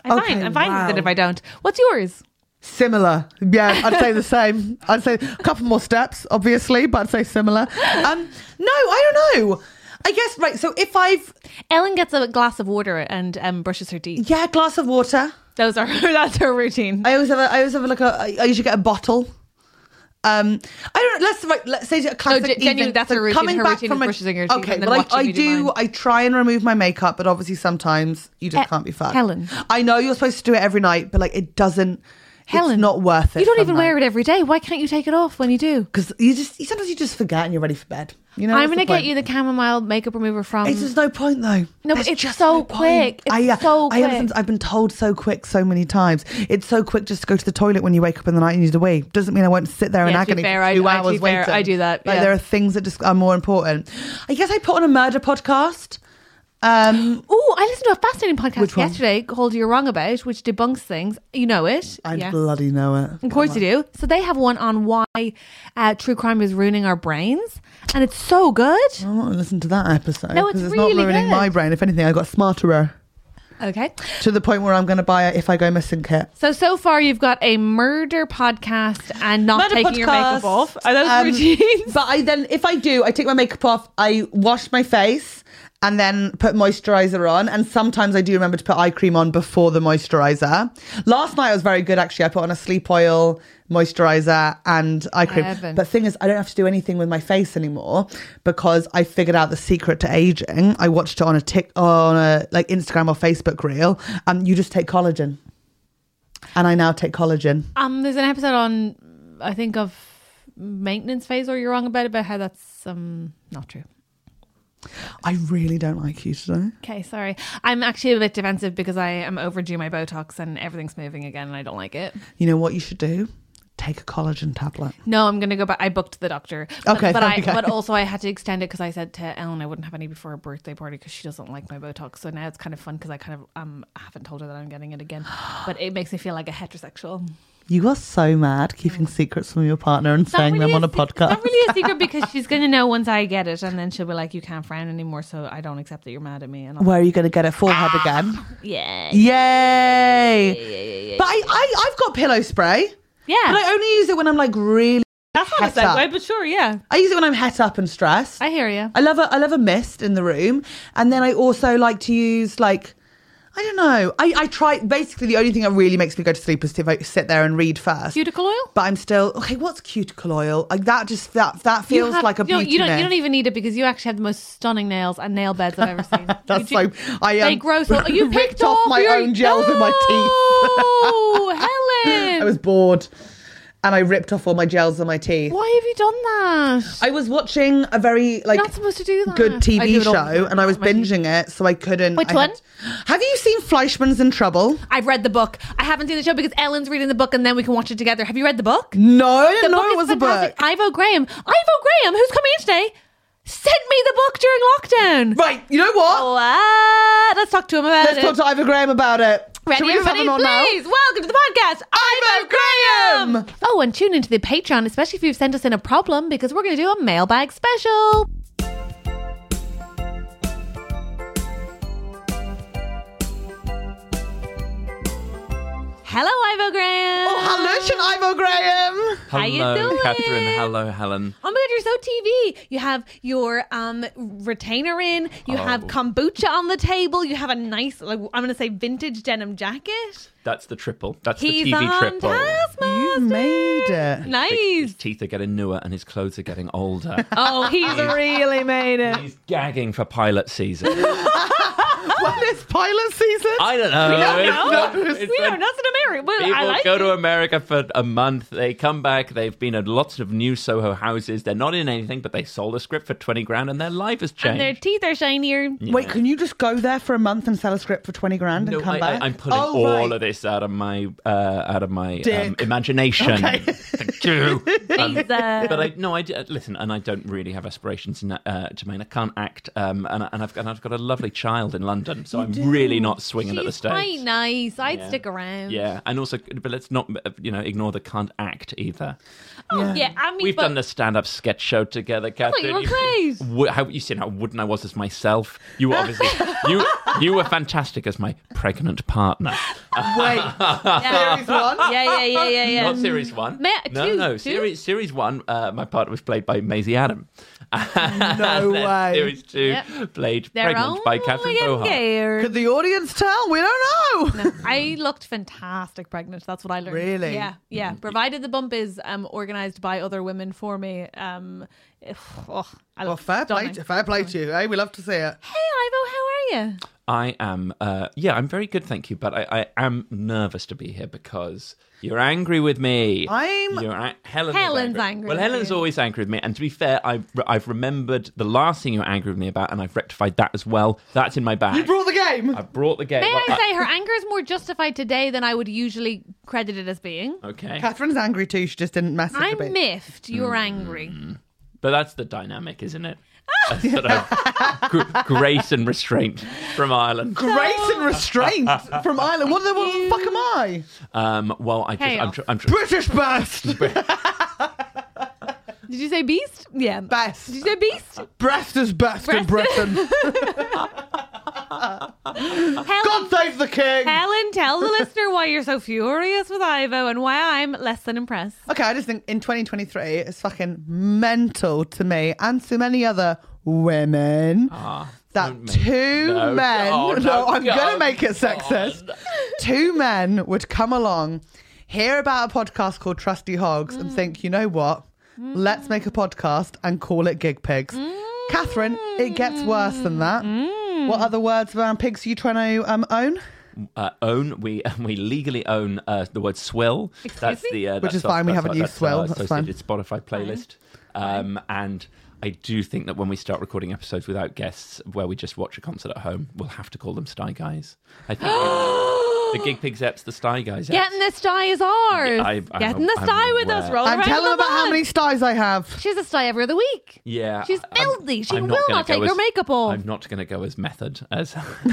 Speaker 1: I'm
Speaker 2: Okay,
Speaker 1: fine. I'm fine with
Speaker 2: wow.
Speaker 1: it if I don't. What's yours?
Speaker 2: Similar. Yeah, I'd say the same. I'd say a couple more steps, obviously, but I'd say similar. Um, no, I don't know. I guess right. So if I've
Speaker 1: Ellen gets a glass of water and um, brushes her teeth.
Speaker 2: yeah, a glass of water.
Speaker 1: Those are that's her [laughs] routine.
Speaker 2: I always have. A, I always have like a. I I usually get a bottle. Um, I don't. Let's right, let's say it's a classic.
Speaker 1: gen- Oh, genuinely,
Speaker 2: evening.
Speaker 1: that's her routine.
Speaker 2: Coming
Speaker 1: Her
Speaker 2: back
Speaker 1: routine
Speaker 2: from
Speaker 1: is
Speaker 2: my-
Speaker 1: brushing her teeth
Speaker 2: Okay,
Speaker 1: and then
Speaker 2: well, I,
Speaker 1: watching
Speaker 2: I
Speaker 1: me do
Speaker 2: do.
Speaker 1: mine.
Speaker 2: I try and remove my makeup, but obviously sometimes you just
Speaker 1: Eh,
Speaker 2: can't be fucked.
Speaker 1: Helen.
Speaker 2: I know you're supposed to do it every night, but like it doesn't.
Speaker 1: Helen,
Speaker 2: it's not worth it.
Speaker 1: You don't even wear it every day. Why can't you take it off when you do?
Speaker 2: because you just. You, sometimes you just forget and you're ready for bed. You know.
Speaker 1: I'm
Speaker 2: what's
Speaker 1: going to
Speaker 2: the
Speaker 1: get
Speaker 2: point?
Speaker 1: you the chamomile makeup remover from
Speaker 2: It's just no point though.
Speaker 1: No, but
Speaker 2: There's
Speaker 1: it's
Speaker 2: just
Speaker 1: so
Speaker 2: point.
Speaker 1: quick. It's
Speaker 2: I, uh,
Speaker 1: so
Speaker 2: I, ever
Speaker 1: quick.
Speaker 2: since- I've been told so quick so many times. It's so quick just to go to the toilet when you wake up in the night and need a wee. Doesn't mean I won't sit there in
Speaker 1: Yeah, to be
Speaker 2: agony
Speaker 1: fair,
Speaker 2: for
Speaker 1: I-
Speaker 2: two
Speaker 1: I- to
Speaker 2: hours
Speaker 1: be fair,
Speaker 2: waiting.
Speaker 1: I do that,
Speaker 2: Like
Speaker 1: yeah.
Speaker 2: there are things that just are more important. I guess I put on a murder podcast. Um,
Speaker 1: Oh, I listened to a fascinating podcast
Speaker 2: Which one?
Speaker 1: yesterday called You're Wrong About, which debunks things. You know it.
Speaker 2: I
Speaker 1: yeah.
Speaker 2: bloody know it.
Speaker 1: Of course you do. So they have one on why uh, true crime is ruining our brains. And it's so good.
Speaker 2: I want to listen to that episode.
Speaker 1: No, it's
Speaker 2: 'cause
Speaker 1: really
Speaker 2: not ruining
Speaker 1: good.
Speaker 2: my brain. If anything, I got smarterer
Speaker 1: Okay.
Speaker 2: to the point where I'm going to buy it if I go missing kit.
Speaker 1: So, so far you've got a murder podcast and not
Speaker 2: Murder
Speaker 1: taking your makeup
Speaker 2: podcast.
Speaker 1: off. Are those
Speaker 2: Um,
Speaker 1: routines?
Speaker 2: But I then, if I do, I take my makeup off, I wash my face, and then put moisturizer on. And sometimes I do remember to put eye cream on before the moisturizer. Last night I was very good actually. I put on a sleep oil, moisturizer, and eye cream.
Speaker 1: Heaven.
Speaker 2: But thing is, I don't have to do anything with my face anymore because I figured out the secret to aging. I watched it on a tick on a like Instagram or Facebook reel, and you just take collagen. And I now take collagen.
Speaker 1: [laughs] Um, there's an episode on, I think, of maintenance phase or You're Wrong About, about how that's um, not true.
Speaker 2: I really don't like you today.
Speaker 1: Okay, sorry. I'm actually a bit defensive because I am overdue my Botox and everything's moving again and I don't like it.
Speaker 2: You know what you should do? Take a collagen tablet.
Speaker 1: No, I'm going to go back. I booked the doctor. But,
Speaker 2: Okay,
Speaker 1: But, I,
Speaker 2: okay.
Speaker 1: but also, I had to extend it because I said to Ellen I wouldn't have any before her birthday party because she doesn't like my Botox. So now it's kind of fun because I kind of um haven't told her that I'm getting it again.
Speaker 2: [gasps]
Speaker 1: But it makes me feel like a heterosexual.
Speaker 2: You are so mad keeping secrets from your partner and
Speaker 1: Not
Speaker 2: saying
Speaker 1: really
Speaker 2: them on a
Speaker 1: se-
Speaker 2: podcast.
Speaker 1: Not really a
Speaker 2: [laughs]
Speaker 1: secret because she's going to know once I get it and then she'll be like, you can't frown anymore. So I don't accept that you're mad at me. And I'll,
Speaker 2: Where are you going to get it forehead again?
Speaker 1: Ah. yeah.
Speaker 2: Yay! but I, I, I've got pillow spray, but
Speaker 1: Yeah.
Speaker 2: I only use it when I'm like really.
Speaker 1: That's not a
Speaker 2: Heter.
Speaker 1: segue, but sure, yeah.
Speaker 2: I use it when I'm het up and stressed.
Speaker 1: I hear you.
Speaker 2: I love a I love a mist in the room, and then I also like to use like I don't know. I I try basically the only thing that really makes me go to sleep is if I sit there and read first.
Speaker 1: Cuticle oil?
Speaker 2: but I'm still okay. What's cuticle oil? Like that just that that feels
Speaker 1: You have-
Speaker 2: like a
Speaker 1: you don't,
Speaker 2: beauty.
Speaker 1: you don't,
Speaker 2: myth.
Speaker 1: you don't even need it because you actually have the most stunning nails and nail beds I've ever seen.
Speaker 2: [laughs] That's
Speaker 1: You do-
Speaker 2: so. I um, [laughs]
Speaker 1: they grow so. You
Speaker 2: ripped
Speaker 1: picked
Speaker 2: off my
Speaker 1: your-
Speaker 2: own gels with my teeth. [laughs]
Speaker 1: No, Erin!
Speaker 2: I was bored, and I ripped off all my gels and my teeth.
Speaker 1: Why have you done that?
Speaker 2: I was watching a very like
Speaker 1: You're not supposed to do that.
Speaker 2: good
Speaker 1: I do it
Speaker 2: TV
Speaker 1: all the
Speaker 2: show,
Speaker 1: time.
Speaker 2: and I was
Speaker 1: My teeth.
Speaker 2: binging it, so I couldn't.
Speaker 1: Which
Speaker 2: I
Speaker 1: one?
Speaker 2: have you seen Fleischman's in Trouble?
Speaker 1: I've read the book. I haven't seen the show because Ellen's reading the book and then we can watch it together. Have you read the book?
Speaker 2: No, I
Speaker 1: The
Speaker 2: didn't know
Speaker 1: book
Speaker 2: it
Speaker 1: is
Speaker 2: was a book.
Speaker 1: fantastic. Ivo Graham. Ivo Graham, who's coming in today, sent me the book during lockdown.
Speaker 2: Right, you know what?
Speaker 1: Oh, What? Let's talk to him about
Speaker 2: Let's
Speaker 1: it.
Speaker 2: talk to Ivor Graham about it.
Speaker 1: Ready,
Speaker 2: Shall we just have
Speaker 1: everybody?
Speaker 2: him on now?
Speaker 1: Please, welcome to the podcast. Ivo Graham.
Speaker 2: Graham.
Speaker 1: Oh, and tune into the Patreon, especially if you've sent us in a problem, because we're going to do a mailbag special. Hello, Ivo Graham.
Speaker 2: Oh, hello, Shin Ivor Graham.
Speaker 1: How you doing?
Speaker 4: Catherine. Hello, Helen.
Speaker 1: Oh my god, you're so TV. You have your um retainer in, you have
Speaker 4: Oh.
Speaker 1: kombucha on the table, you have a nice like I'm gonna say vintage denim jacket.
Speaker 4: That's the triple. That's
Speaker 1: He's
Speaker 4: the TV
Speaker 1: on
Speaker 4: triple.
Speaker 1: Taskmaster.
Speaker 2: made it.
Speaker 4: His
Speaker 1: Nice.
Speaker 4: teeth are getting newer and his clothes are getting older. [laughs]
Speaker 1: Oh, he's really made it.
Speaker 4: He's gagging for pilot season.
Speaker 2: When is pilot season?
Speaker 4: I
Speaker 1: [laughs]
Speaker 4: don't know.
Speaker 1: don't know.
Speaker 4: It's
Speaker 1: We
Speaker 4: when
Speaker 1: are not in America. Well, I
Speaker 4: People
Speaker 1: like
Speaker 4: go
Speaker 1: it.
Speaker 4: to [laughs] America for a month. They come back. They've been at lots of new Soho houses. They're not in anything, but they sold a script for twenty grand, and their life has
Speaker 1: and their
Speaker 4: changed.
Speaker 1: teeth are shinier.
Speaker 2: Wait, can you just go there for a month and sell a script for twenty grand and
Speaker 4: No,
Speaker 2: come
Speaker 4: I,
Speaker 2: back?
Speaker 4: am pulling
Speaker 2: Oh,
Speaker 4: all
Speaker 2: right.
Speaker 4: of this out of my uh, out of my um,
Speaker 2: Dick.
Speaker 4: imagination.
Speaker 2: Okay.
Speaker 1: [laughs]
Speaker 4: Thank you. Um,
Speaker 1: Uh,
Speaker 4: but I no, I d- uh, listen, and I don't really have aspirations, in, uh, Jermaine. I can't act, um, and, I- and I've and I've got a lovely child in London, so I'm really not swinging at the
Speaker 1: she's
Speaker 4: stage.
Speaker 1: quite nice. I'd
Speaker 4: Yeah.
Speaker 1: stick around.
Speaker 4: Yeah, and also, but let's not uh, you know ignore the can't act either.
Speaker 1: Oh, yeah. I mean,
Speaker 4: We've
Speaker 1: but
Speaker 4: done the stand-up sketch show together,
Speaker 1: thought you
Speaker 4: Catherine.
Speaker 1: were great.
Speaker 4: w- how you seen how wooden I was as myself. You were obviously you you were fantastic as my pregnant partner.
Speaker 2: Wait,
Speaker 1: Yeah.
Speaker 2: series
Speaker 4: [laughs]
Speaker 2: one.
Speaker 1: yeah, yeah, yeah, yeah, yeah.
Speaker 4: Not series one.
Speaker 1: Ma-
Speaker 4: no,
Speaker 1: two-
Speaker 4: no.
Speaker 1: two?
Speaker 4: Series series one. Uh, my partner was played by Maisie Adam. [laughs]
Speaker 2: No
Speaker 4: And then
Speaker 2: way.
Speaker 4: Series two
Speaker 1: Yep.
Speaker 4: played
Speaker 1: They're
Speaker 4: pregnant by Catherine
Speaker 1: only
Speaker 4: Bohart.
Speaker 1: scared.
Speaker 2: Could the audience tell? We don't know.
Speaker 1: [laughs] I looked fantastic pregnant. That's what I learned.
Speaker 2: Really?
Speaker 1: Yeah, yeah.
Speaker 4: Mm.
Speaker 1: Provided the bump is um, organized by other women for me. Um, [sighs] oh, I
Speaker 2: Well,
Speaker 1: looked
Speaker 2: fair play,
Speaker 1: stunning.
Speaker 2: to, fair play to you. Eh? We love to see it.
Speaker 1: Hey, Ivo, how are you?
Speaker 4: I am. Uh, yeah, I'm very good, thank you. But I, I am nervous to be here because you're angry with me.
Speaker 2: I'm-
Speaker 4: You're a- Helen. is
Speaker 1: Helen's
Speaker 4: angry.
Speaker 1: angry
Speaker 4: Well,
Speaker 1: with
Speaker 4: Helen's
Speaker 1: you.
Speaker 4: always angry with me, and to be fair, I've I've remembered the last thing you were angry with me about, and I've rectified that as well. That's in my bag.
Speaker 2: You brought the game.
Speaker 4: I've brought the game.
Speaker 1: May
Speaker 4: Well,
Speaker 2: uh,
Speaker 1: I say her anger is more justified today than I would usually credit it as being.
Speaker 4: okay,
Speaker 2: Catherine's angry too. She just didn't message a
Speaker 1: I'm
Speaker 2: bit. Mm.
Speaker 1: miffed. You're angry.
Speaker 4: but that's the dynamic, isn't it?
Speaker 1: Ah!
Speaker 4: That's sort of gr- grace and restraint from Ireland.
Speaker 2: Grace and restraint from Ireland. What the, what the fuck am I?
Speaker 4: Um, well, I just, I'm,
Speaker 1: Chaos.
Speaker 4: tr- I'm tr-
Speaker 2: British best.
Speaker 1: Did you say beast? Yeah. Did
Speaker 2: Best.
Speaker 1: you say beast?
Speaker 2: Breast is best in
Speaker 4: [laughs]
Speaker 2: Britain.
Speaker 1: Helen,
Speaker 2: God save the king.
Speaker 1: Helen, tell the listener why you're so furious with Ivo and why I'm less than
Speaker 2: [gasps]
Speaker 1: impressed.
Speaker 2: Okay, I just think in 2023, it's fucking mental to me and so many other women that
Speaker 4: Ah, don't make-
Speaker 2: two
Speaker 4: no.
Speaker 2: men,
Speaker 4: [laughs] Oh,
Speaker 2: no,
Speaker 4: no,
Speaker 2: I'm going to
Speaker 4: God.
Speaker 2: make it sexist, two men would come along, hear about a podcast called Trusty Hogs,
Speaker 1: Mm.
Speaker 2: and think, you know what? Let's make a podcast and call it Gig Pigs.
Speaker 1: Mm.
Speaker 2: Catherine, it gets worse than that. What other words around pigs are you trying to um, own?
Speaker 4: uh, own we [laughs] we legally own uh, the word swill.
Speaker 1: Excuse
Speaker 4: that's
Speaker 1: me?
Speaker 4: the uh,
Speaker 2: Which
Speaker 4: that's
Speaker 2: is fine, we
Speaker 4: that's
Speaker 2: haven't used swill, that's fine.
Speaker 4: associated Spotify playlist. Um, and I do think that when we start recording episodes without guests, where we just watch a concert at home, we'll have to call them Sty Guys. I think
Speaker 1: [gasps]
Speaker 4: the Gig Pigs Eps, the Sty Guys. Eps.
Speaker 1: Getting the sty is ours.
Speaker 4: Yeah, I- I'm-
Speaker 1: Getting the
Speaker 4: I'm
Speaker 1: sty with us.
Speaker 4: aware.
Speaker 1: Roll
Speaker 2: I'm
Speaker 1: around
Speaker 2: telling
Speaker 1: the
Speaker 2: about how
Speaker 1: bus.
Speaker 2: many stars I have. [laughs]
Speaker 1: She has a sty every other week.
Speaker 4: Yeah,
Speaker 1: She's
Speaker 4: I'm-
Speaker 1: filthy. She
Speaker 4: I'm
Speaker 1: will
Speaker 4: gonna
Speaker 1: not
Speaker 4: go
Speaker 1: take her
Speaker 4: as-
Speaker 1: makeup off.
Speaker 4: I'm not going to go as method as [laughs]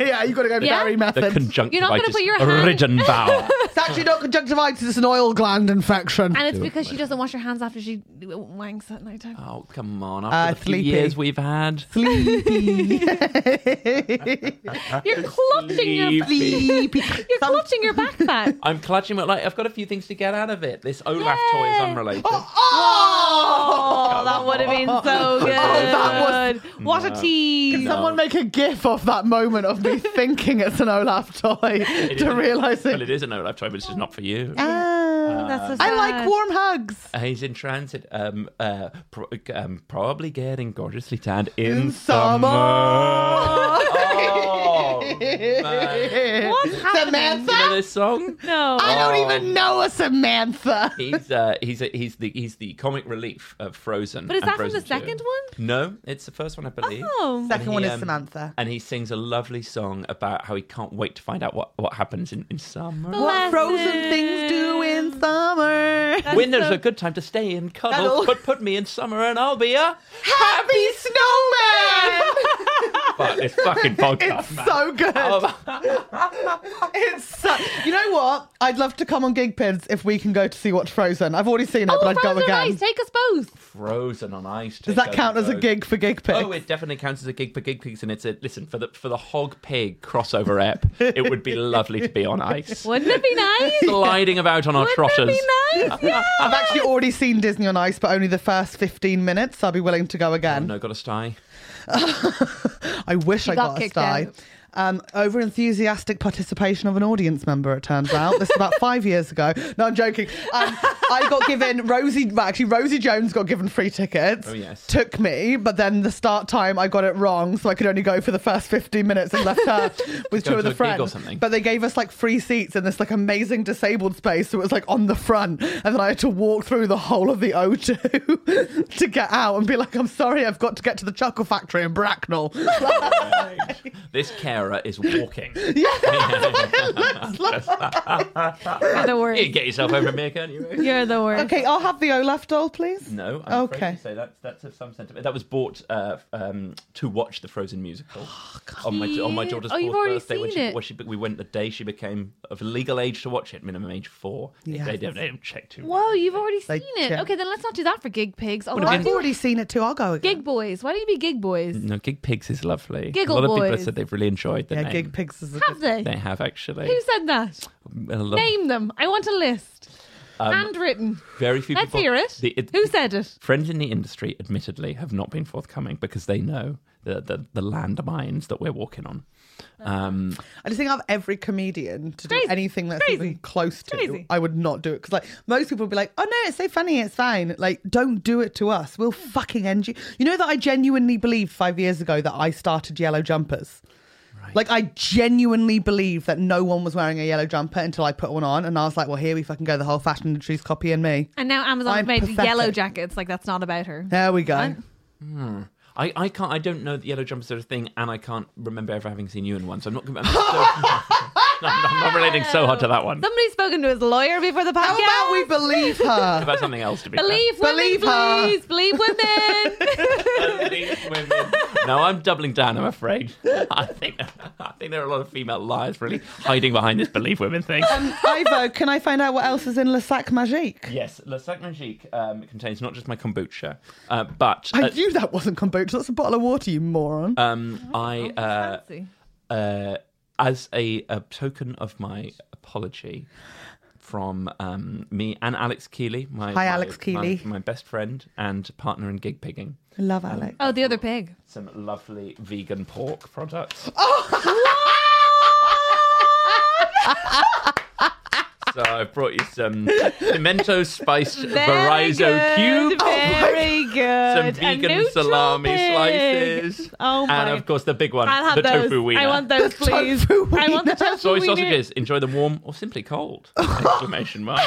Speaker 2: Yeah, you got to go to
Speaker 1: Yeah?
Speaker 2: Gary
Speaker 4: the
Speaker 2: Method.
Speaker 4: conjunctivitis.
Speaker 1: You're not gonna put your hand- [laughs]
Speaker 4: ridden bow.
Speaker 2: it's actually not conjunctivitis, it's an oil gland infection.
Speaker 1: And it's because she doesn't wash her hands after she wanks at night time.
Speaker 4: Oh come on! After
Speaker 2: Uh,
Speaker 4: the few
Speaker 2: sleepy.
Speaker 4: years we've had,
Speaker 2: [laughs]
Speaker 1: You're clutching your
Speaker 4: Sleepy.
Speaker 2: Uh,
Speaker 1: [laughs]
Speaker 2: Sleepy.
Speaker 1: you're clutching your backpack.
Speaker 4: I'm clutching my like I've got a few things to get out of it. This Olaf toy is
Speaker 1: Yay.
Speaker 4: unrelated.
Speaker 2: Oh!
Speaker 1: Oh, that would have been so good.
Speaker 2: that
Speaker 1: what a tease.
Speaker 2: Someone make a gif of that moment of
Speaker 4: [laughs]
Speaker 2: me thinking it's an Olaf toy
Speaker 4: is.
Speaker 2: to realise
Speaker 4: Well,
Speaker 2: it.
Speaker 4: it is an Olaf toy, but it's just not for you.
Speaker 2: Ah.
Speaker 1: That's so
Speaker 2: I
Speaker 1: sad.
Speaker 2: like warm hugs.
Speaker 4: Uh, He's in transit, um, uh, pro- um,
Speaker 1: [laughs]
Speaker 4: probably getting gorgeously tanned in,
Speaker 2: [laughs] summer.
Speaker 4: summer. Oh,
Speaker 1: What's happening?
Speaker 4: You know
Speaker 2: Samantha?
Speaker 4: this song?
Speaker 1: No.
Speaker 2: I don't
Speaker 4: Oh.
Speaker 2: even know a Samantha.
Speaker 4: He's uh, he's a, he's the he's the comic relief of Frozen.
Speaker 1: But is
Speaker 4: and
Speaker 1: that from the
Speaker 4: Frozen 2.
Speaker 1: second one?
Speaker 4: No, it's the first one, I believe.
Speaker 1: Oh.
Speaker 2: Second one
Speaker 4: He,
Speaker 2: is
Speaker 4: um,
Speaker 2: Samantha.
Speaker 4: And he sings a lovely song about how he can't wait to find out what, what happens in, in summer.
Speaker 1: Well,
Speaker 2: What frozen
Speaker 1: Blessed.
Speaker 2: things do in summer?
Speaker 4: Winter's a good time to stay and cuddle.
Speaker 2: Cuddle.
Speaker 4: Put, put me in summer and I'll be a.
Speaker 2: Happy snowman!
Speaker 4: Fuck
Speaker 2: [laughs]
Speaker 4: this fucking podcast.
Speaker 2: It's
Speaker 4: man.
Speaker 2: so good.
Speaker 4: Oh,
Speaker 2: [laughs] It's so, you know what? I'd love to come on Gig Pins if we can go to see what's Frozen. I've already seen it,
Speaker 1: Oh,
Speaker 2: but I'd go
Speaker 1: Frozen
Speaker 2: again.
Speaker 1: Eyes, take us both.
Speaker 4: Frozen on ice.
Speaker 2: Does that count as a gig for Gig Pins?
Speaker 4: Oh, it definitely counts as a gig for gig pigs, and it's a listen for the for the hog pig crossover app. it would be lovely to be on
Speaker 1: [laughs]
Speaker 4: ice,
Speaker 1: Wouldn't it be nice?
Speaker 4: sliding about on our
Speaker 1: Wouldn't
Speaker 4: trotters.
Speaker 1: it be nice? Yeah.
Speaker 2: I've actually already seen Disney on Ice, but only the first 15 minutes. I'll be willing to go again.
Speaker 4: Oh, No, got a sty.
Speaker 2: I wish I
Speaker 1: got
Speaker 2: got, a
Speaker 1: kicked
Speaker 2: sty.
Speaker 1: out.
Speaker 2: Um, over enthusiastic participation of an audience member, it turns out. This is about five years ago. No, I'm joking. Um, I got given Rosie, well, actually, Rosie Jones got given free tickets.
Speaker 4: Oh, yes.
Speaker 2: Took me, but then the start time, I got it wrong, so I could only go for the first 15 minutes and left
Speaker 4: [laughs]
Speaker 2: her with two
Speaker 4: Go
Speaker 2: of
Speaker 4: to a
Speaker 2: the
Speaker 4: gig or
Speaker 2: friends.
Speaker 4: something.
Speaker 2: But they gave us like free seats in this like amazing disabled space, so it was like on the front. And then I had to walk through the whole of the O2 [laughs] to get out and be like, I'm sorry, I've got to get to the Chuckle Factory in Bracknell. [laughs]
Speaker 4: This carer
Speaker 2: [laughs]
Speaker 4: is walking.
Speaker 1: [laughs] You're the
Speaker 4: You can
Speaker 1: worst.
Speaker 4: get yourself over here, can't you?
Speaker 1: You're the worst.
Speaker 2: Okay, I'll have the Olaf doll, please.
Speaker 4: No, I'm
Speaker 2: Okay.
Speaker 4: okay. afraid to say that's that's of some sentiment. That was bought uh, um, to watch the Frozen musical
Speaker 1: [gasps]
Speaker 4: on my on my
Speaker 1: cute.
Speaker 4: daughter's
Speaker 1: Oh, you've
Speaker 4: fourth
Speaker 1: already
Speaker 4: birthday when
Speaker 1: seen
Speaker 4: she,
Speaker 1: it.
Speaker 4: when she we went the day she became of legal age to watch it, minimum age four. They-
Speaker 2: Yes.
Speaker 4: They, don't, they don't check too.
Speaker 1: Whoa, you've already
Speaker 2: They
Speaker 1: seen it.
Speaker 2: check.
Speaker 1: Okay, then let's not do that for gig pigs. Oh,
Speaker 4: Would've
Speaker 1: why
Speaker 4: been-
Speaker 2: I've
Speaker 1: do you-
Speaker 2: already seen it too. I'll go again.
Speaker 1: gig boys. Why don't you be gig boys?
Speaker 4: No, Gig Pigs is lovely.
Speaker 1: Giggle
Speaker 4: a lot of people
Speaker 1: Boys.
Speaker 4: said they've really enjoyed the
Speaker 2: yeah,
Speaker 4: name.
Speaker 2: Gig Pigs is a
Speaker 1: Have
Speaker 2: good...
Speaker 1: they?
Speaker 4: They have actually.
Speaker 1: Who said that?
Speaker 4: A lot-
Speaker 1: Name them. I want a list. Handwritten.
Speaker 4: Very few
Speaker 1: Let's
Speaker 4: people.
Speaker 1: hear it.
Speaker 4: The- it-
Speaker 1: Who said it?
Speaker 4: Friends in the industry, admittedly, have not been forthcoming because they know the the, the landmines that we're walking on.
Speaker 1: Oh.
Speaker 4: Um,
Speaker 2: I just think of every comedian to do
Speaker 1: Crazy.
Speaker 2: anything that's
Speaker 1: Crazy.
Speaker 2: even close to,
Speaker 1: Crazy.
Speaker 2: I would not do it because like most people would be like, "Oh no, it's so funny, it's fine." Like, don't do it to us. We'll fucking end you. You know that I genuinely believed five years ago that I started yellow jumpers. Like I genuinely believe that no one was wearing a yellow jumper until I put one on, and I was like, "Well, here we fucking go. The whole fashion industry's copying me."
Speaker 1: And now Amazon's
Speaker 2: I'm
Speaker 1: made
Speaker 2: pathetic.
Speaker 1: yellow jackets. Like that's not about her.
Speaker 2: There we go.
Speaker 1: I'm-
Speaker 4: I, I can't. I don't know the yellow jumper sort of thing, and I can't remember ever having seen you in one. So [laughs] I'm not. I'm, so, I'm, I'm not relating so hard to that one.
Speaker 1: Somebody's spoken to his lawyer before the podcast.
Speaker 2: How about we believe her?
Speaker 4: About something else to be. fair.
Speaker 1: believe women,
Speaker 2: Believe her.
Speaker 1: please? Believe women.
Speaker 2: [laughs]
Speaker 4: Believe women. No, I'm doubling down. I'm afraid. [laughs] I think I think there are a lot of female liars really hiding behind this believe women thing.
Speaker 2: Um, Ivo, can I find out what else is in Le Sac Magique?
Speaker 4: Yes, Le Sac Magique um, contains not just my kombucha, uh, but
Speaker 2: I
Speaker 4: uh,
Speaker 2: knew that wasn't kombucha. That's a bottle of water, you moron.
Speaker 4: um, I, uh,
Speaker 1: Fancy.
Speaker 4: uh, as a, a token of my apology from um, me and Alex Keeley, my
Speaker 2: Hi,
Speaker 4: my-
Speaker 2: Alex Keeley.
Speaker 4: my, my best friend and partner in gig pigging,
Speaker 2: I love Alex.
Speaker 1: oh, the other pig.
Speaker 4: some lovely vegan pork
Speaker 1: [laughs]
Speaker 4: products.
Speaker 1: Oh,
Speaker 4: So I've brought you some pimento spiced
Speaker 1: Very
Speaker 4: Verizon
Speaker 1: good,
Speaker 4: cubes.
Speaker 2: Oh
Speaker 1: Very
Speaker 4: some
Speaker 1: good. A
Speaker 4: vegan
Speaker 1: neutral
Speaker 4: salami
Speaker 1: pig.
Speaker 4: slices.
Speaker 1: Oh my!
Speaker 4: And of course, the big one,
Speaker 1: I'll have
Speaker 4: the
Speaker 1: those.
Speaker 4: tofu wiener.
Speaker 1: I want those,
Speaker 2: The
Speaker 1: please.
Speaker 2: tofu
Speaker 1: I want the
Speaker 2: wiener.
Speaker 1: tofu
Speaker 4: Soy
Speaker 1: wiener.
Speaker 4: sausages. Enjoy them warm or simply
Speaker 2: [laughs]
Speaker 4: cold! Exclamation mark.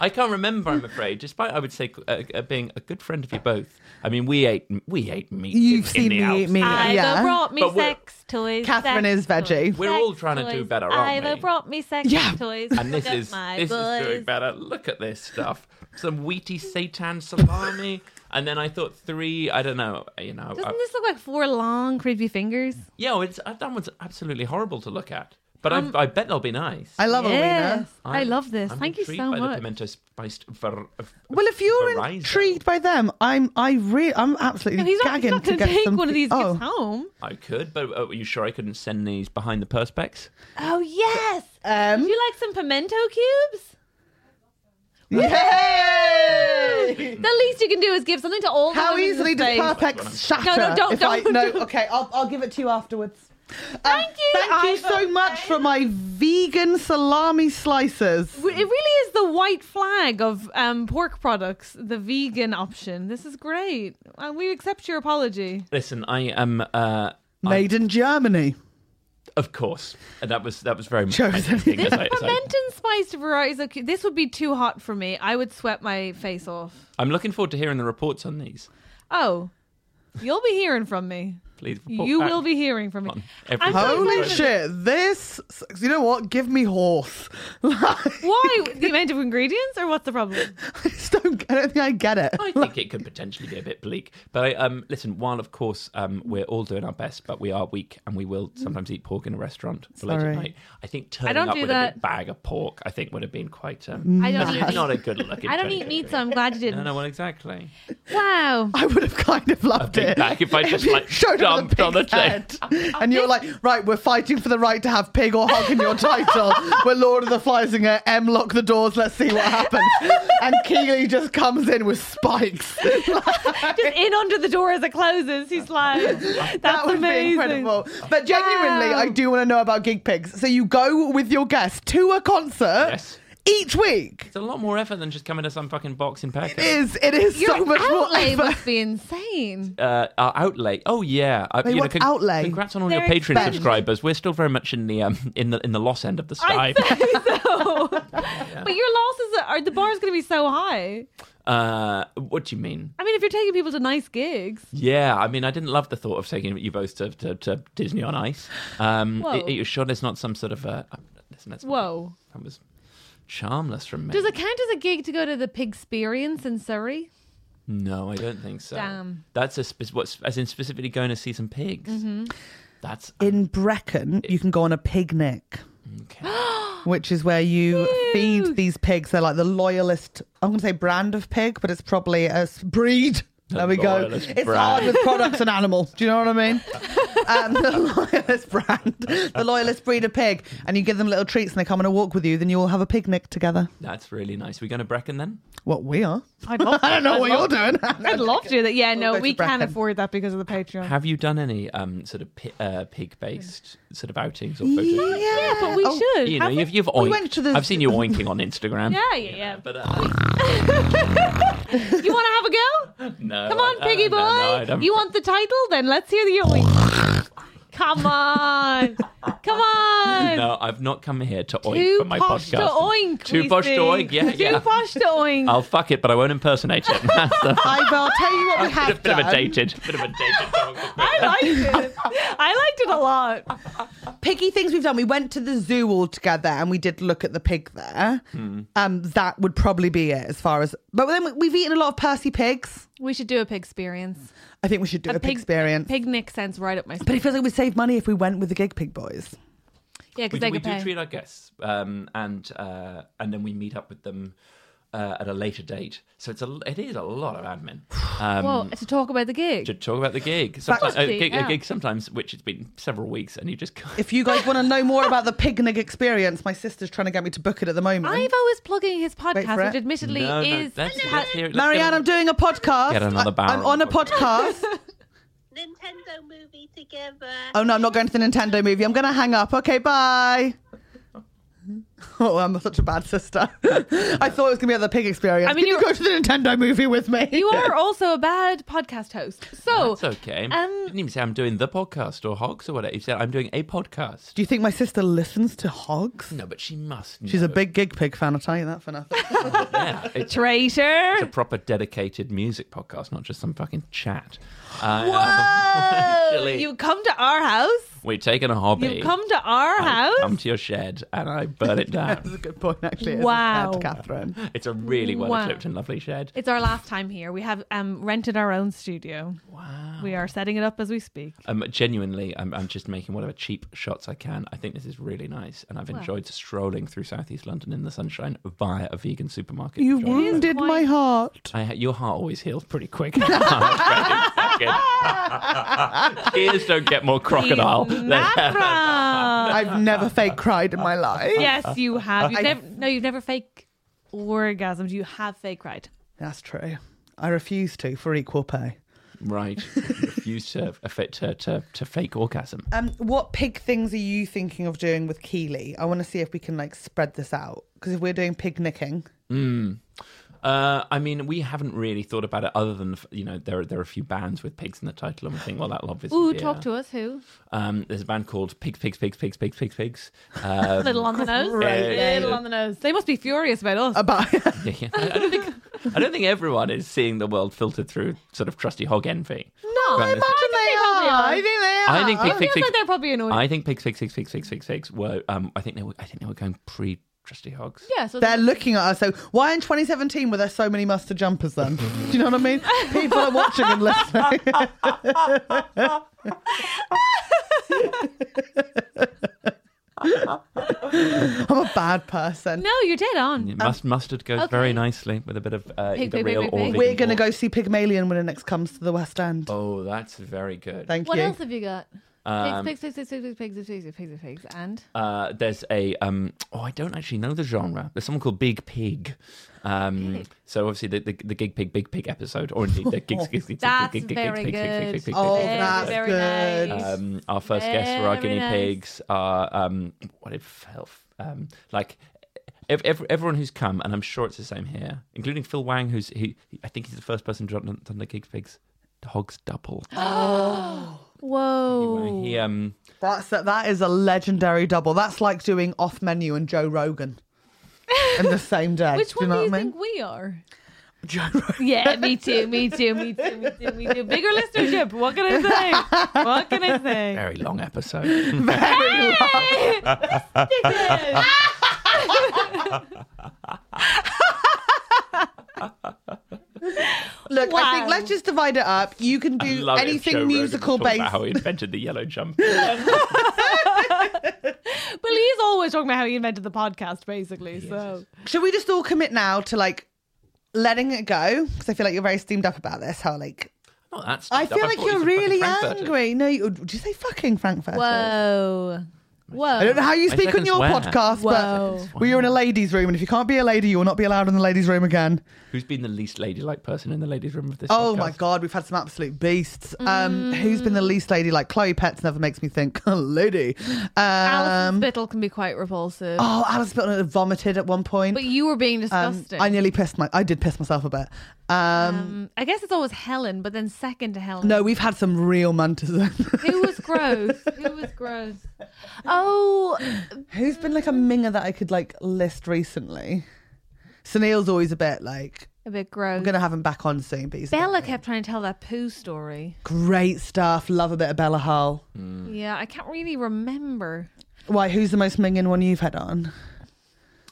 Speaker 4: I can't remember. I'm afraid, despite I would say uh, uh, being a good friend of you both. I mean, we ate we ate meat.
Speaker 2: You've
Speaker 4: in,
Speaker 2: seen
Speaker 4: in the
Speaker 2: me
Speaker 4: house.
Speaker 2: eat meat.
Speaker 1: Ivo
Speaker 2: Yeah.
Speaker 1: brought me
Speaker 4: But we're-
Speaker 1: sex toys.
Speaker 2: Catherine
Speaker 1: sex
Speaker 2: is veggie.
Speaker 1: toys,
Speaker 4: We're
Speaker 1: sex
Speaker 4: all trying to do
Speaker 1: toys.
Speaker 4: better, aren't
Speaker 1: Ivo
Speaker 4: we?
Speaker 1: brought me sex
Speaker 2: Yeah.
Speaker 1: toys.
Speaker 4: And this
Speaker 1: Look at
Speaker 4: is
Speaker 1: my
Speaker 4: this is doing
Speaker 1: boys.
Speaker 4: better. Look at this stuff. Some wheaty seitan salami, and then I thought three. I don't know. You know. uh,
Speaker 1: Doesn't this look like four long, creepy fingers?
Speaker 4: yeah, well, it's, uh, that one's absolutely horrible to look at. But
Speaker 1: Um,
Speaker 4: I, I bet they'll be nice.
Speaker 2: I love a wiener.
Speaker 1: Yes, I
Speaker 4: I'm-
Speaker 1: love this.
Speaker 4: I'm
Speaker 1: Thank you
Speaker 4: intrigued
Speaker 1: so
Speaker 4: by The
Speaker 1: much.
Speaker 4: pimento spiced ver- of-
Speaker 2: Well, if you're
Speaker 4: Verizon.
Speaker 2: intrigued by them, I'm. I re- I'm absolutely
Speaker 1: No, he's not,
Speaker 2: gagging to
Speaker 1: going to
Speaker 2: get
Speaker 1: take
Speaker 2: some.
Speaker 1: one of these
Speaker 2: oh,
Speaker 1: gifts home.
Speaker 4: I could, but uh, are you sure I couldn't send these behind the perspex?
Speaker 1: Oh yes. Would
Speaker 2: um,
Speaker 1: you like some pimento
Speaker 2: [laughs]
Speaker 1: cubes?
Speaker 2: yay!
Speaker 1: The least you can do is give something to all the
Speaker 2: How
Speaker 1: women in
Speaker 2: easily
Speaker 1: the
Speaker 2: does
Speaker 1: space.
Speaker 2: Perpex shatter?
Speaker 1: No, no, don't,
Speaker 2: if I,
Speaker 1: don't,
Speaker 2: no,
Speaker 1: don't.
Speaker 2: okay, I'll, I'll give it to you afterwards. Um,
Speaker 1: Thank you,
Speaker 2: Thank
Speaker 1: Ivo.
Speaker 2: you so much for my vegan salami slices.
Speaker 1: It really is the white flag of um, pork products, the vegan option. This is great. Uh, we accept your apology.
Speaker 4: Listen, I am. Uh, I-
Speaker 2: Made in Germany.
Speaker 4: Of course, and that was that was very
Speaker 2: [laughs]
Speaker 4: much
Speaker 2: Chosen.
Speaker 4: my thinking
Speaker 1: This
Speaker 4: as I- as I-
Speaker 1: piment and spiced varieties. Are cute. This would be too hot for me. I would sweat my face off.
Speaker 4: I'm looking forward to hearing the reports on these.
Speaker 1: Oh, you'll be hearing from me.
Speaker 4: Please, report
Speaker 1: You
Speaker 4: back
Speaker 1: will be hearing from me.
Speaker 4: on every-
Speaker 1: I'm so
Speaker 2: Holy
Speaker 1: excited.
Speaker 2: shit! This, sucks. you know what? Give me horse. [laughs] Like,
Speaker 1: Why the amount of ingredients, or what's the problem?
Speaker 2: I just don't. I don't think I get it.
Speaker 4: I think it could potentially be a bit bleak. But I, um, listen, while of course um, we're all doing our best, but we are weak and we will sometimes eat pork in a restaurant for later
Speaker 2: Sorry.
Speaker 4: night. I think turning
Speaker 1: Mm. don't
Speaker 4: up
Speaker 1: do
Speaker 4: with a
Speaker 1: that.
Speaker 4: big bag of pork, I think would have been quite. Um,
Speaker 2: Mm.
Speaker 1: I don't
Speaker 4: [laughs] not,
Speaker 1: eat
Speaker 4: not
Speaker 1: meat.
Speaker 4: a good looking.
Speaker 1: I don't
Speaker 4: thing.
Speaker 1: eat meat, so I'm glad you
Speaker 4: No,
Speaker 1: didn't.
Speaker 4: no, well, exactly.
Speaker 1: Wow.
Speaker 2: I would have kind of loved
Speaker 4: big
Speaker 2: it [laughs]
Speaker 4: bag if I just,
Speaker 2: you
Speaker 4: like,
Speaker 2: showed up with
Speaker 4: dumped on
Speaker 2: pig's
Speaker 4: a plate.
Speaker 2: head. and you're like, right, we're fighting for the right to have pig or hog in your title. we're Lord of the Fliesinger. M lock the doors. Let's see what happens. and Keely just comes in with spikes. [laughs]
Speaker 1: Just in under the door as it closes. He's like, that's
Speaker 2: that would
Speaker 1: amazing.
Speaker 2: be incredible. But genuinely,
Speaker 1: Wow.
Speaker 2: I do want to know about gig pigs. So you go with your guest to a concert
Speaker 4: Yes.
Speaker 2: each week.
Speaker 4: It's a lot more effort than just coming to some fucking boxing packet.
Speaker 2: It is. It is
Speaker 1: Your
Speaker 2: so much more
Speaker 1: outlay
Speaker 2: effort.
Speaker 1: must be insane.
Speaker 4: uh, our outlay. Oh yeah, I,
Speaker 2: Wait, what's outlay?
Speaker 4: Congrats on all
Speaker 1: Their
Speaker 4: your Patreon
Speaker 2: expense.
Speaker 4: subscribers. We're still very much in the um, in the in the loss end of the sky.
Speaker 1: I'd say so. But your losses are the bar's going to be so high.
Speaker 4: Uh, what do you mean?
Speaker 1: I mean, if you're taking people to nice gigs,
Speaker 4: Yeah, I mean, I didn't love the thought of taking you both to, to, to Disney on Ice. Um,
Speaker 1: Whoa.
Speaker 4: are you sure there's not some sort of uh, listen, that's
Speaker 1: whoa.
Speaker 4: that was charmless from me.
Speaker 1: Does it count as a gig to go to the Pig Experience in Surrey?
Speaker 4: No, I don't think so.
Speaker 1: Damn. Mm-hmm.
Speaker 4: That's a spe- what's as in specifically going to see some pigs. That's
Speaker 2: In Brecon, you can go on
Speaker 1: [gasps]
Speaker 2: a picnic.
Speaker 4: okay. [gasps]
Speaker 2: which is where you
Speaker 1: Ew.
Speaker 2: feed these pigs. They're like the loyalist. I'm going to say brand of pig, but it's probably a s- breed. There we go.
Speaker 4: loyalist
Speaker 2: It's
Speaker 4: brand.
Speaker 2: hard with products and animal. Do you know what I [laughs] mean? Um, the loyalist brand, the loyalist breed of pig, and you give them little treats, and they come on a walk with you. Then you all have a picnic together.
Speaker 4: That's really nice. we going to Brecon then?
Speaker 2: What we are?
Speaker 1: I'd love
Speaker 2: I don't know what you're doing.
Speaker 1: I'd love to. do That yeah,
Speaker 2: go
Speaker 1: no,
Speaker 2: to
Speaker 1: we
Speaker 2: Brecon.
Speaker 1: can't afford that because of the Patreon.
Speaker 4: Have you done any um, sort of pi- uh, pig-based sort of outings or
Speaker 2: yeah,
Speaker 4: photos?
Speaker 1: but we
Speaker 2: Oh,
Speaker 1: should.
Speaker 4: You know,
Speaker 1: haven't-
Speaker 4: you've, you've
Speaker 2: We
Speaker 4: oinked.
Speaker 2: went to the-
Speaker 4: I've
Speaker 1: [laughs]
Speaker 4: seen you oinking on Instagram.
Speaker 1: yeah, yeah, yeah.
Speaker 4: But uh,
Speaker 1: you want
Speaker 4: [laughs]
Speaker 1: to have a go?
Speaker 4: no.
Speaker 1: Come on,
Speaker 4: I-
Speaker 1: Piggy
Speaker 4: uh,
Speaker 1: Boy.
Speaker 4: no, no, I don't- [laughs]
Speaker 1: you want the title? Then let's hear the oink. Come on.
Speaker 4: [laughs]
Speaker 1: Come on.
Speaker 4: No, I've not come here to oink
Speaker 1: Too
Speaker 4: for my
Speaker 1: posh to
Speaker 4: podcast.
Speaker 1: oink.
Speaker 4: Too
Speaker 1: we
Speaker 4: posh to
Speaker 1: see.
Speaker 4: oink, yeah,
Speaker 1: Too
Speaker 4: yeah.
Speaker 1: posh to oink.
Speaker 4: I'll fuck it, but I won't impersonate it. [laughs] That's the
Speaker 2: I've, I'll tell you [laughs] what we
Speaker 4: bit,
Speaker 2: have
Speaker 4: of, bit of a
Speaker 2: done.
Speaker 4: dated, bit of a
Speaker 1: [laughs]
Speaker 4: dated. song. [laughs]
Speaker 1: I liked it. I liked it a lot.
Speaker 2: piggy things we've done. We went to the zoo all together and we did look at the pig there.
Speaker 4: Hmm.
Speaker 2: Um, that would probably be it as far as. But then we- we've eaten a lot of Percy pigs.
Speaker 1: We should do a pig experience.
Speaker 2: I think we should do a, pig, experience.
Speaker 1: Picnic sounds right up my
Speaker 2: But
Speaker 1: street.
Speaker 2: it feels like we save money if we went with the gig pig boys.
Speaker 1: Yeah,
Speaker 4: we
Speaker 1: because
Speaker 4: do,
Speaker 1: they
Speaker 4: we
Speaker 1: could
Speaker 4: do
Speaker 1: pay.
Speaker 4: treat our guests, um, and uh, and then we meet up with them uh, at a later date. So it's a it is a lot of admin. Um,
Speaker 1: Well, to talk about the gig.
Speaker 4: to talk about the gig. Sometimes, a,
Speaker 1: Exactly,
Speaker 4: gig,
Speaker 1: yeah.
Speaker 4: a gig sometimes, which it's been several weeks, and you just can't.
Speaker 2: If you guys want to know more about the picnic experience, my sister's trying to get me to book it at the moment.
Speaker 1: I've always plugging his
Speaker 2: for
Speaker 1: podcast, which
Speaker 2: it.
Speaker 1: admittedly
Speaker 4: no, no,
Speaker 1: is
Speaker 4: let's, let's hear it. Let's get
Speaker 2: Marianne,
Speaker 4: on-
Speaker 2: I'm doing a podcast.
Speaker 4: Get another
Speaker 2: I,
Speaker 4: barrel.
Speaker 2: I'm on a podcast.
Speaker 5: Nintendo movie together.
Speaker 2: oh no, I'm not going to the Nintendo movie. I'm going to hang up. Okay, bye. [laughs] Oh, I'm such a bad sister. [laughs] I thought it was going to be at the pig experience.
Speaker 1: I mean,
Speaker 2: Can you
Speaker 1: you're-
Speaker 2: go to the Nintendo movie with me?
Speaker 1: you are also a bad podcast host. So
Speaker 4: It's okay.
Speaker 1: Um,
Speaker 4: you didn't even say I'm doing the podcast or Hogs or whatever. You said I'm doing a
Speaker 2: [laughs]
Speaker 4: podcast.
Speaker 2: Do you think my sister listens to Hogs?
Speaker 4: No, but she must.
Speaker 2: She's
Speaker 4: know.
Speaker 2: a big gig pig fan. I'll tell you that for nothing.
Speaker 4: Yeah,
Speaker 1: [laughs]
Speaker 4: it's a
Speaker 1: traitor.
Speaker 4: proper dedicated music podcast, not just some fucking chat. Uh, [laughs]
Speaker 1: Whoa!
Speaker 4: actually-
Speaker 1: you come to our house.
Speaker 4: We've taken a hobby.
Speaker 1: You come to our
Speaker 4: I
Speaker 1: house.
Speaker 4: Come to your shed and I burn it
Speaker 2: [laughs] That's
Speaker 1: [laughs]
Speaker 4: down.
Speaker 2: a good point, actually. It is
Speaker 1: Wow.
Speaker 2: fair to Catherine.
Speaker 4: it's a really well equipped
Speaker 1: Wow.
Speaker 4: and lovely shed.
Speaker 1: it's our last time here. We have um, rented our own studio.
Speaker 4: Wow.
Speaker 1: We are setting it up as we
Speaker 4: [laughs]
Speaker 1: speak.
Speaker 4: Um, genuinely, I'm, I'm just making whatever cheap shots I can. I think this is really nice, and I've enjoyed strolling through southeast London in the sunshine via a vegan supermarket.
Speaker 2: You
Speaker 4: Enjoying that.
Speaker 2: wounded
Speaker 1: quite-
Speaker 2: my heart.
Speaker 4: I, ha- your heart always heals pretty quick. [laughs] Tears [laughs] don't get more crocodile. than-
Speaker 1: Macra.
Speaker 2: I've never fake cried in my life.
Speaker 1: [laughs] yes, you have. You've
Speaker 2: I-
Speaker 1: never, no, you've never fake orgasms. You have fake cried.
Speaker 2: That's true. I refuse to for equal pay.
Speaker 4: right. Refuse to, affect- to, to, to fake orgasm.
Speaker 2: Um, what pig things are you thinking of doing with Keely? I want to see if we can like spread this out because if we're doing pig nicking,
Speaker 4: Uh, I mean, we haven't really thought about it other than, you know, there, are- there are a few bands with pigs in the title, and we think, well, that'll obviously
Speaker 1: Ooh,
Speaker 4: be
Speaker 1: talk
Speaker 4: a-
Speaker 1: to us. Who?
Speaker 4: Um, there's a band called Pigs, Pigs, Pigs, Pigs, Pigs,
Speaker 1: [laughs]
Speaker 4: Pigs, Pigs. Um,
Speaker 1: Little on the nose.
Speaker 4: Yeah.
Speaker 1: Little on the nose. They must be furious about us.
Speaker 2: [laughs] About
Speaker 4: Yeah. I don't think I don't think everyone is seeing the world filtered through sort of trusty hog envy.
Speaker 2: no, I
Speaker 4: Right.
Speaker 2: imagine they
Speaker 1: probably
Speaker 2: are.
Speaker 1: are.
Speaker 2: I think they are.
Speaker 4: I think pig, pig,
Speaker 1: Feels
Speaker 4: pig.
Speaker 1: like they're probably annoyed.
Speaker 4: I think pigs, pigs, pigs, pigs, pigs, pigs, pigs were. Um, I think they were. I think they were going pre trusty hogs.
Speaker 1: yeah, so
Speaker 2: They're looking at us. So why in 2017 were there so many mustard jumpers then? Do you know what I mean? People are watching and listening. [laughs] I'm a bad person.
Speaker 1: no, you're dead on.
Speaker 4: Yeah, must, mustard goes very nicely with a bit of uh,
Speaker 1: Pig,
Speaker 4: either
Speaker 1: pig,
Speaker 4: real
Speaker 1: pig,
Speaker 4: or
Speaker 1: pig.
Speaker 4: vegan
Speaker 2: We're going to
Speaker 4: or-
Speaker 2: go see Pygmalion when it next comes to the West End.
Speaker 4: Oh, that's very good.
Speaker 2: Thank
Speaker 1: What
Speaker 2: you.
Speaker 1: else have you got?
Speaker 4: Um,
Speaker 1: pigs, pigs, pigs, pigs, pigs, pigs, pigs, pigs, pigs, pigs, and
Speaker 4: Uh, there's a um, oh I don't actually know the genre. There's someone called Big Pig. Um, so obviously the, the the Gig Pig Big Pig episode, or indeed the Gigs Gigs Gigs
Speaker 1: That's
Speaker 4: Gigs Gigs
Speaker 1: very
Speaker 4: Gigs Gigs Gigs Gigs
Speaker 1: good.
Speaker 4: Gigs
Speaker 2: Oh,
Speaker 4: Gigs Gigs
Speaker 2: that's
Speaker 4: Gigs.
Speaker 1: very
Speaker 2: good.
Speaker 1: nice.
Speaker 4: Um, our first guests for our
Speaker 1: Very
Speaker 4: guinea
Speaker 1: nice.
Speaker 4: pigs are um, what it felt um, like. Ev- ev- everyone who's come, and I'm sure it's the same here, including Phil Wang, who's who I think he's the first person to done done the Gigs Pigs Hogs Double.
Speaker 2: [gasps] Oh.
Speaker 1: whoa,
Speaker 4: He um,
Speaker 2: That's a, that is a legendary double. That's like doing off menu and Joe Rogan in the same
Speaker 1: [laughs]
Speaker 2: day.
Speaker 1: which
Speaker 2: do
Speaker 1: one
Speaker 2: you know
Speaker 1: do you
Speaker 2: what I mean?
Speaker 1: think we are?
Speaker 2: Joe Rogan.
Speaker 1: Yeah, me too, me too, me too, me too, me too. Bigger listenership. What can I say? What can I say?
Speaker 4: very
Speaker 2: [laughs]
Speaker 4: long episode.
Speaker 1: Hey! Stick it.
Speaker 2: Look, I think
Speaker 1: Wow.
Speaker 2: let's just divide it up. You can
Speaker 4: I
Speaker 2: do
Speaker 4: love it if Joe
Speaker 2: anything
Speaker 4: Rogan was
Speaker 2: musical
Speaker 4: talking
Speaker 2: based.
Speaker 4: about How he invented the
Speaker 2: [laughs]
Speaker 4: yellow jump.
Speaker 1: [laughs] Well, he's always talking about how he invented the podcast, basically. So
Speaker 2: Should we just all commit now to like letting it go? Because I feel like you're very steamed up about this. How like
Speaker 4: Not that
Speaker 2: I
Speaker 4: stuffed
Speaker 2: feel
Speaker 4: up.
Speaker 2: like
Speaker 4: bought you
Speaker 2: you're
Speaker 4: some fucking
Speaker 2: really
Speaker 4: Frankfurters.
Speaker 2: angry. No, you, did you say fucking Frankfurt?
Speaker 1: whoa, whoa.
Speaker 2: I don't know how you
Speaker 4: My
Speaker 2: speak on
Speaker 4: second
Speaker 2: your
Speaker 4: swear.
Speaker 2: podcast,
Speaker 1: Whoa.
Speaker 2: but we are in a ladies' room, and if you can't be a lady, you will not be allowed in the ladies' room again.
Speaker 4: Who's been the least ladylike person in the ladies' room of this?
Speaker 2: Oh
Speaker 4: podcast?
Speaker 2: my god, we've had some absolute beasts. Um, Who's been the
Speaker 1: Mm.
Speaker 2: least lady? Like Chloe Pets never makes me think [laughs] lady.
Speaker 1: Alison's
Speaker 2: Um,
Speaker 1: spittle can be quite repulsive.
Speaker 2: oh, Alice Bittner vomited at one point.
Speaker 1: But you were being
Speaker 2: Um,
Speaker 1: disgusting.
Speaker 2: I nearly pissed my. I did piss myself a bit. Um,
Speaker 1: Um, I guess it's always Helen, but then second to Helen.
Speaker 2: no, we've had some real munters.
Speaker 1: Who was gross? Who was gross? Oh,
Speaker 2: [laughs] Who's been like a
Speaker 1: Mm.
Speaker 2: minger that I could like list recently? Sunil's always a bit like
Speaker 1: a bit gross.
Speaker 2: I'm gonna have him back on soon, but he's
Speaker 1: Bella kept trying to tell that poo story.
Speaker 2: great stuff. Love a bit of Bella Hull.
Speaker 1: Yeah, I can't really remember.
Speaker 2: Why? Who's the most minging one you've had on?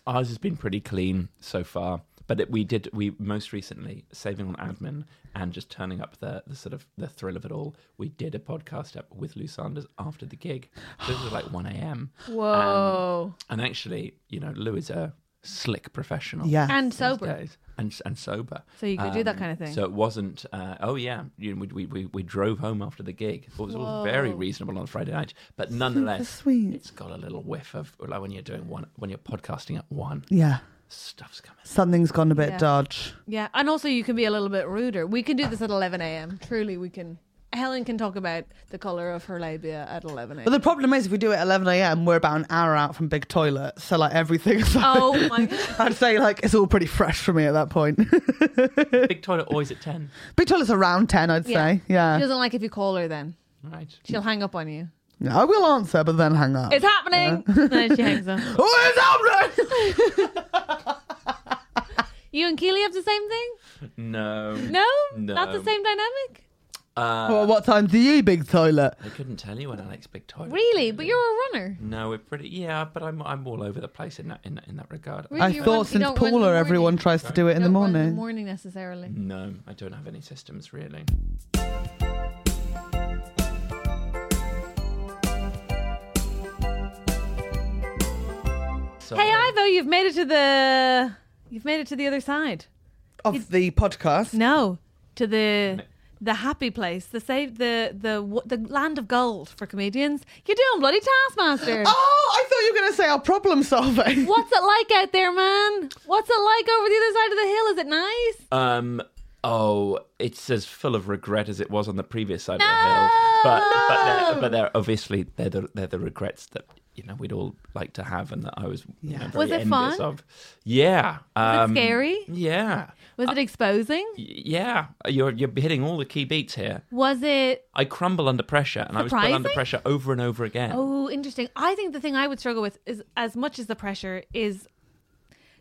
Speaker 4: Ours has been pretty clean so far, but it, we did we most recently saving on admin and just turning up the the sort of the thrill of it all. We did a podcast up with Lou Sanders after the gig. This was like one a.m.
Speaker 1: Whoa.
Speaker 4: and actually, you know, Lou is a slick professional.
Speaker 2: Yeah,
Speaker 1: and
Speaker 4: these
Speaker 1: sober.
Speaker 4: days. and and sober.
Speaker 1: So you could do that kind of thing.
Speaker 4: So it wasn't. Uh, oh yeah, you know, we, we we we drove home after the gig. It was all very reasonable on Friday night, but nonetheless,
Speaker 2: sweet.
Speaker 4: it's got a little whiff of like when you're doing one when you're podcasting at one,
Speaker 2: yeah.
Speaker 4: stuff's coming.
Speaker 2: Something's gone a bit
Speaker 1: Yeah.
Speaker 2: dodge.
Speaker 1: Yeah, and also you can be a little bit ruder. We can do this at 11 a.m. Truly, we can. Helen can talk about the color of her labia at 11
Speaker 2: But
Speaker 1: a.m.
Speaker 2: the problem is, if we do it at 11 a.m., we're about an hour out from big toilet, so like everything's. Like,
Speaker 1: [laughs] Oh my god.
Speaker 2: I'd say like it's all pretty fresh for me at that point. [laughs]
Speaker 4: Big toilet always at ten.
Speaker 2: big toilet's around 10, I'd
Speaker 1: Yeah.
Speaker 2: say. Yeah,
Speaker 1: She doesn't like if you call her then.
Speaker 4: Right.
Speaker 1: She'll hang up on you.
Speaker 2: No, I will answer, but then hang up.
Speaker 1: It's happening! [laughs] Then she hangs up.
Speaker 2: [laughs] oh, it's
Speaker 1: [laughs]
Speaker 2: happening!
Speaker 1: You and Keely have the same thing?
Speaker 4: No.
Speaker 1: No?
Speaker 4: No.
Speaker 1: Not the same dynamic?
Speaker 4: Uh,
Speaker 2: well, what time do you, big toilet?
Speaker 4: I couldn't tell you when I likes big toilet.
Speaker 1: Really? But you're a runner.
Speaker 4: No, we're pretty. Yeah, but I'm I'm all over the place in that in, that- in that regard.
Speaker 1: Really?
Speaker 2: I
Speaker 1: You run- you
Speaker 2: thought since
Speaker 1: don't run in the
Speaker 2: Paula,
Speaker 1: morning.
Speaker 2: everyone tries to do it in the
Speaker 1: Don't run in
Speaker 2: morning.
Speaker 1: morning necessarily.
Speaker 4: No, I don't have any systems really. So,
Speaker 1: Hey Ivo, you've made it to the you've made it to the other side.
Speaker 2: Of the podcast.
Speaker 1: No, to the the happy place, the save the the wo- the land of gold for comedians. You're doing bloody
Speaker 4: [laughs]
Speaker 1: Taskmaster.
Speaker 2: Oh, I thought you were going to say our problem
Speaker 1: [laughs]
Speaker 2: solving.
Speaker 1: What's it like out there, man? What's it like over the other side of the hill? Is it nice?
Speaker 4: Um. Oh, it's as full of regret as it was on the previous side of
Speaker 1: No!
Speaker 4: the hill. But but
Speaker 1: No!
Speaker 4: they're, but they're obviously they're the, they're the regrets that you know we'd all like to have, and that I was you
Speaker 2: Yeah.
Speaker 4: know, very
Speaker 1: Was it
Speaker 4: envious
Speaker 1: fun?
Speaker 4: of. Yeah,
Speaker 1: Was it
Speaker 4: um,
Speaker 1: scary?
Speaker 4: Yeah,
Speaker 1: Was it exposing?
Speaker 4: Y- yeah. You're you're hitting all the key beats here.
Speaker 1: Was it?
Speaker 4: I crumble under pressure, and I was put under
Speaker 1: Surprising?
Speaker 4: pressure over and over again.
Speaker 1: Oh, interesting. I think the thing I would struggle with is as much as the pressure is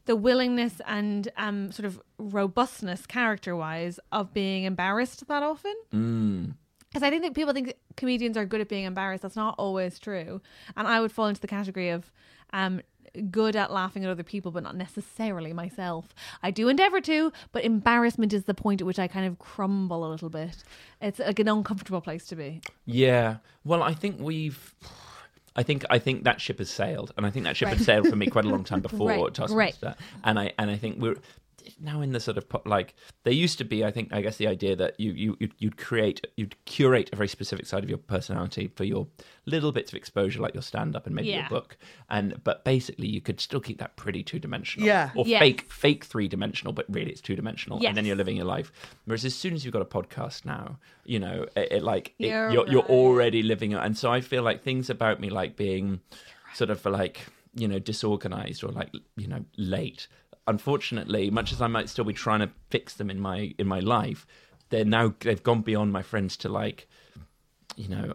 Speaker 1: the willingness and um, sort of robustness, character-wise, of being embarrassed that often. Because I think that people think comedians are good at being embarrassed. That's not always true, and I would fall into the category of. Um, good at laughing at other people but not necessarily myself i do endeavor to but embarrassment is the point at which i kind of crumble a little bit it's like an uncomfortable place to be
Speaker 4: Yeah. Well, I think we've. I think I think that ship has sailed, and I think that ship had
Speaker 1: Right.
Speaker 4: sailed for me quite a
Speaker 1: [laughs]
Speaker 4: long time before
Speaker 1: Great,
Speaker 4: Taskmaster.
Speaker 1: great.
Speaker 4: And I and I think we're now in the sort of po- like there used to be. I think I guess the idea that you you you'd- you'd create you'd curate a very specific side of your personality for your little bits of exposure, like your stand up and maybe
Speaker 1: Yeah.
Speaker 4: your book. And but basically, you could still keep that pretty two dimensional,
Speaker 2: Yeah.
Speaker 4: or
Speaker 1: Yes.
Speaker 4: fake fake three dimensional, but really it's two dimensional. And then
Speaker 1: Yes.
Speaker 4: you're living your life. Whereas as soon as you've got a podcast now, you know it, it like it-
Speaker 1: You're
Speaker 4: you're, you're
Speaker 1: right.
Speaker 4: already living it. And so I feel like things about me, like being sort of like, you know, disorganized or like, you know, late, unfortunately, much as I might still be trying to fix them in my, in my life, they're now, they've gone beyond my friends to like, you know,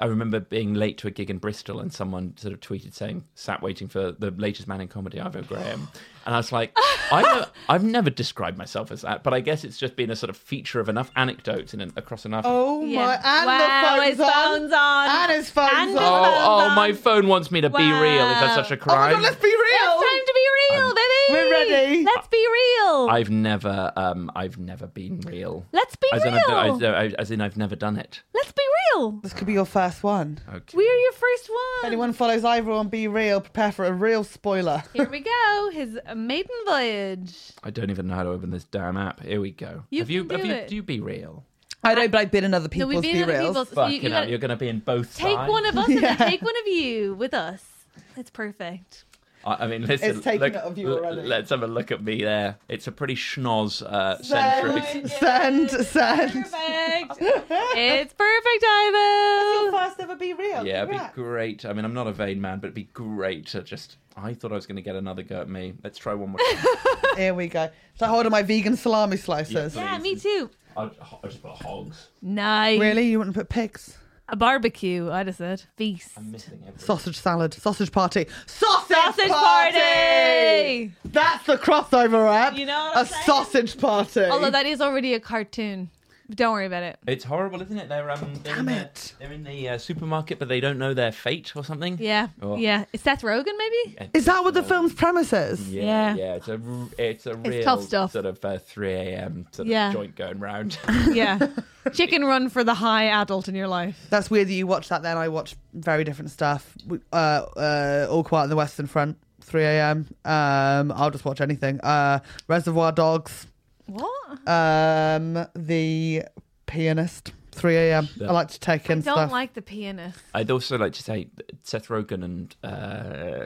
Speaker 4: I remember being late to a gig in Bristol and someone sort of tweeted saying, sat waiting for the latest man in comedy, Ivo Graham. And I was like, I know, I've never described myself as that, but I guess it's just been a sort of feature of enough anecdotes and across enough.
Speaker 2: Oh
Speaker 1: Yeah.
Speaker 2: my! And
Speaker 1: Wow,
Speaker 2: the
Speaker 1: his
Speaker 2: phone's on.
Speaker 1: phone's on.
Speaker 2: And his phone's
Speaker 1: And his
Speaker 2: on.
Speaker 1: phone's
Speaker 4: Oh, oh, my
Speaker 1: on.
Speaker 4: phone wants me to be
Speaker 1: Wow.
Speaker 4: real. Is that such a
Speaker 2: Oh my
Speaker 4: crime?
Speaker 2: god! Let's be
Speaker 1: It's
Speaker 2: real.
Speaker 1: time to be real, baby.
Speaker 2: We're ready.
Speaker 1: Let's be real.
Speaker 4: I've never, um, I've never been real.
Speaker 1: Let's be
Speaker 4: as
Speaker 1: real.
Speaker 4: In I've, I- I- as in, I've never done it.
Speaker 1: Let's be real.
Speaker 2: This could be your first one.
Speaker 4: Okay.
Speaker 1: We're your first one.
Speaker 2: Anyone follows Ivor on Be Real, prepare for a real spoiler.
Speaker 1: Here we go. His maiden voyage.
Speaker 4: I don't even know how to open this damn app. Here we go.
Speaker 1: You
Speaker 4: have you,
Speaker 1: can
Speaker 4: have
Speaker 1: do
Speaker 4: you,
Speaker 1: it.
Speaker 4: do you be real?
Speaker 2: I don't, but I've been in other
Speaker 1: No,
Speaker 2: people's
Speaker 1: we've been
Speaker 2: Be
Speaker 1: other
Speaker 2: Reals.
Speaker 1: people's.
Speaker 4: Fucking
Speaker 1: you, you
Speaker 4: hell,
Speaker 1: gotta
Speaker 4: you're going to be in both
Speaker 1: take
Speaker 4: sides.
Speaker 1: one of us and then
Speaker 2: [laughs] Yeah.
Speaker 1: take one of you with us. It's perfect.
Speaker 4: I, I mean, listen.
Speaker 2: It's taken
Speaker 4: look-
Speaker 2: it of you
Speaker 4: l-
Speaker 2: already.
Speaker 4: Let's have a look at me there. It's a pretty schnoz
Speaker 1: [laughs]
Speaker 4: uh, centric.
Speaker 2: Send, send, send.
Speaker 1: Perfect. [laughs]
Speaker 2: [laughs]
Speaker 1: it's perfect, Ivo.
Speaker 2: First ever Be Real.
Speaker 4: Yeah, it'd be
Speaker 2: Congrats.
Speaker 4: great. I mean, I'm not a vain man, but it'd be great to just. I thought I was going to get another go at me. Let's try one more
Speaker 1: [laughs]
Speaker 4: time.
Speaker 2: Here we go. So hold on my vegan salami slices.
Speaker 1: Yeah, me too.
Speaker 4: I'll, I'll just put hogs.
Speaker 1: Nice.
Speaker 2: Really? You wouldn't put pigs?
Speaker 1: A barbecue, I'd have said. Feast.
Speaker 4: I'm missing everything.
Speaker 2: Sausage salad. Sausage party. Sausage,
Speaker 1: Sausage party.
Speaker 2: That's the crossover app.
Speaker 1: You know what
Speaker 2: A
Speaker 1: I'm saying?
Speaker 2: sausage party.
Speaker 1: Although that is already a cartoon. Don't worry about it.
Speaker 4: It's horrible, isn't it? They're um, they're
Speaker 2: Damn
Speaker 4: in the-
Speaker 2: it.
Speaker 4: they're in the uh, supermarket, but they don't know their fate or something.
Speaker 1: Yeah.
Speaker 4: Oh.
Speaker 1: Yeah. Is Seth Rogen maybe?
Speaker 2: Is that what the film's premise is?
Speaker 1: Yeah.
Speaker 4: Yeah, yeah, it's a r- it's a real
Speaker 1: tough stuff.
Speaker 4: sort of uh, three a.m. sort
Speaker 1: Yeah.
Speaker 4: of joint going round.
Speaker 2: [laughs]
Speaker 1: Yeah. Chicken run for the high adult in your life.
Speaker 2: That's weird that you watch that then. I watch very different stuff. Uh, uh, All Quiet on the Western Front, 3 a.m. Um, I'll just watch anything. Uh, Reservoir Dogs,
Speaker 1: What?
Speaker 2: um, The Pianist, 3 a.m. I like to take in
Speaker 1: I don't
Speaker 2: stuff.
Speaker 1: like the pianist.
Speaker 4: I'd also like to say that Seth Rogen and uh,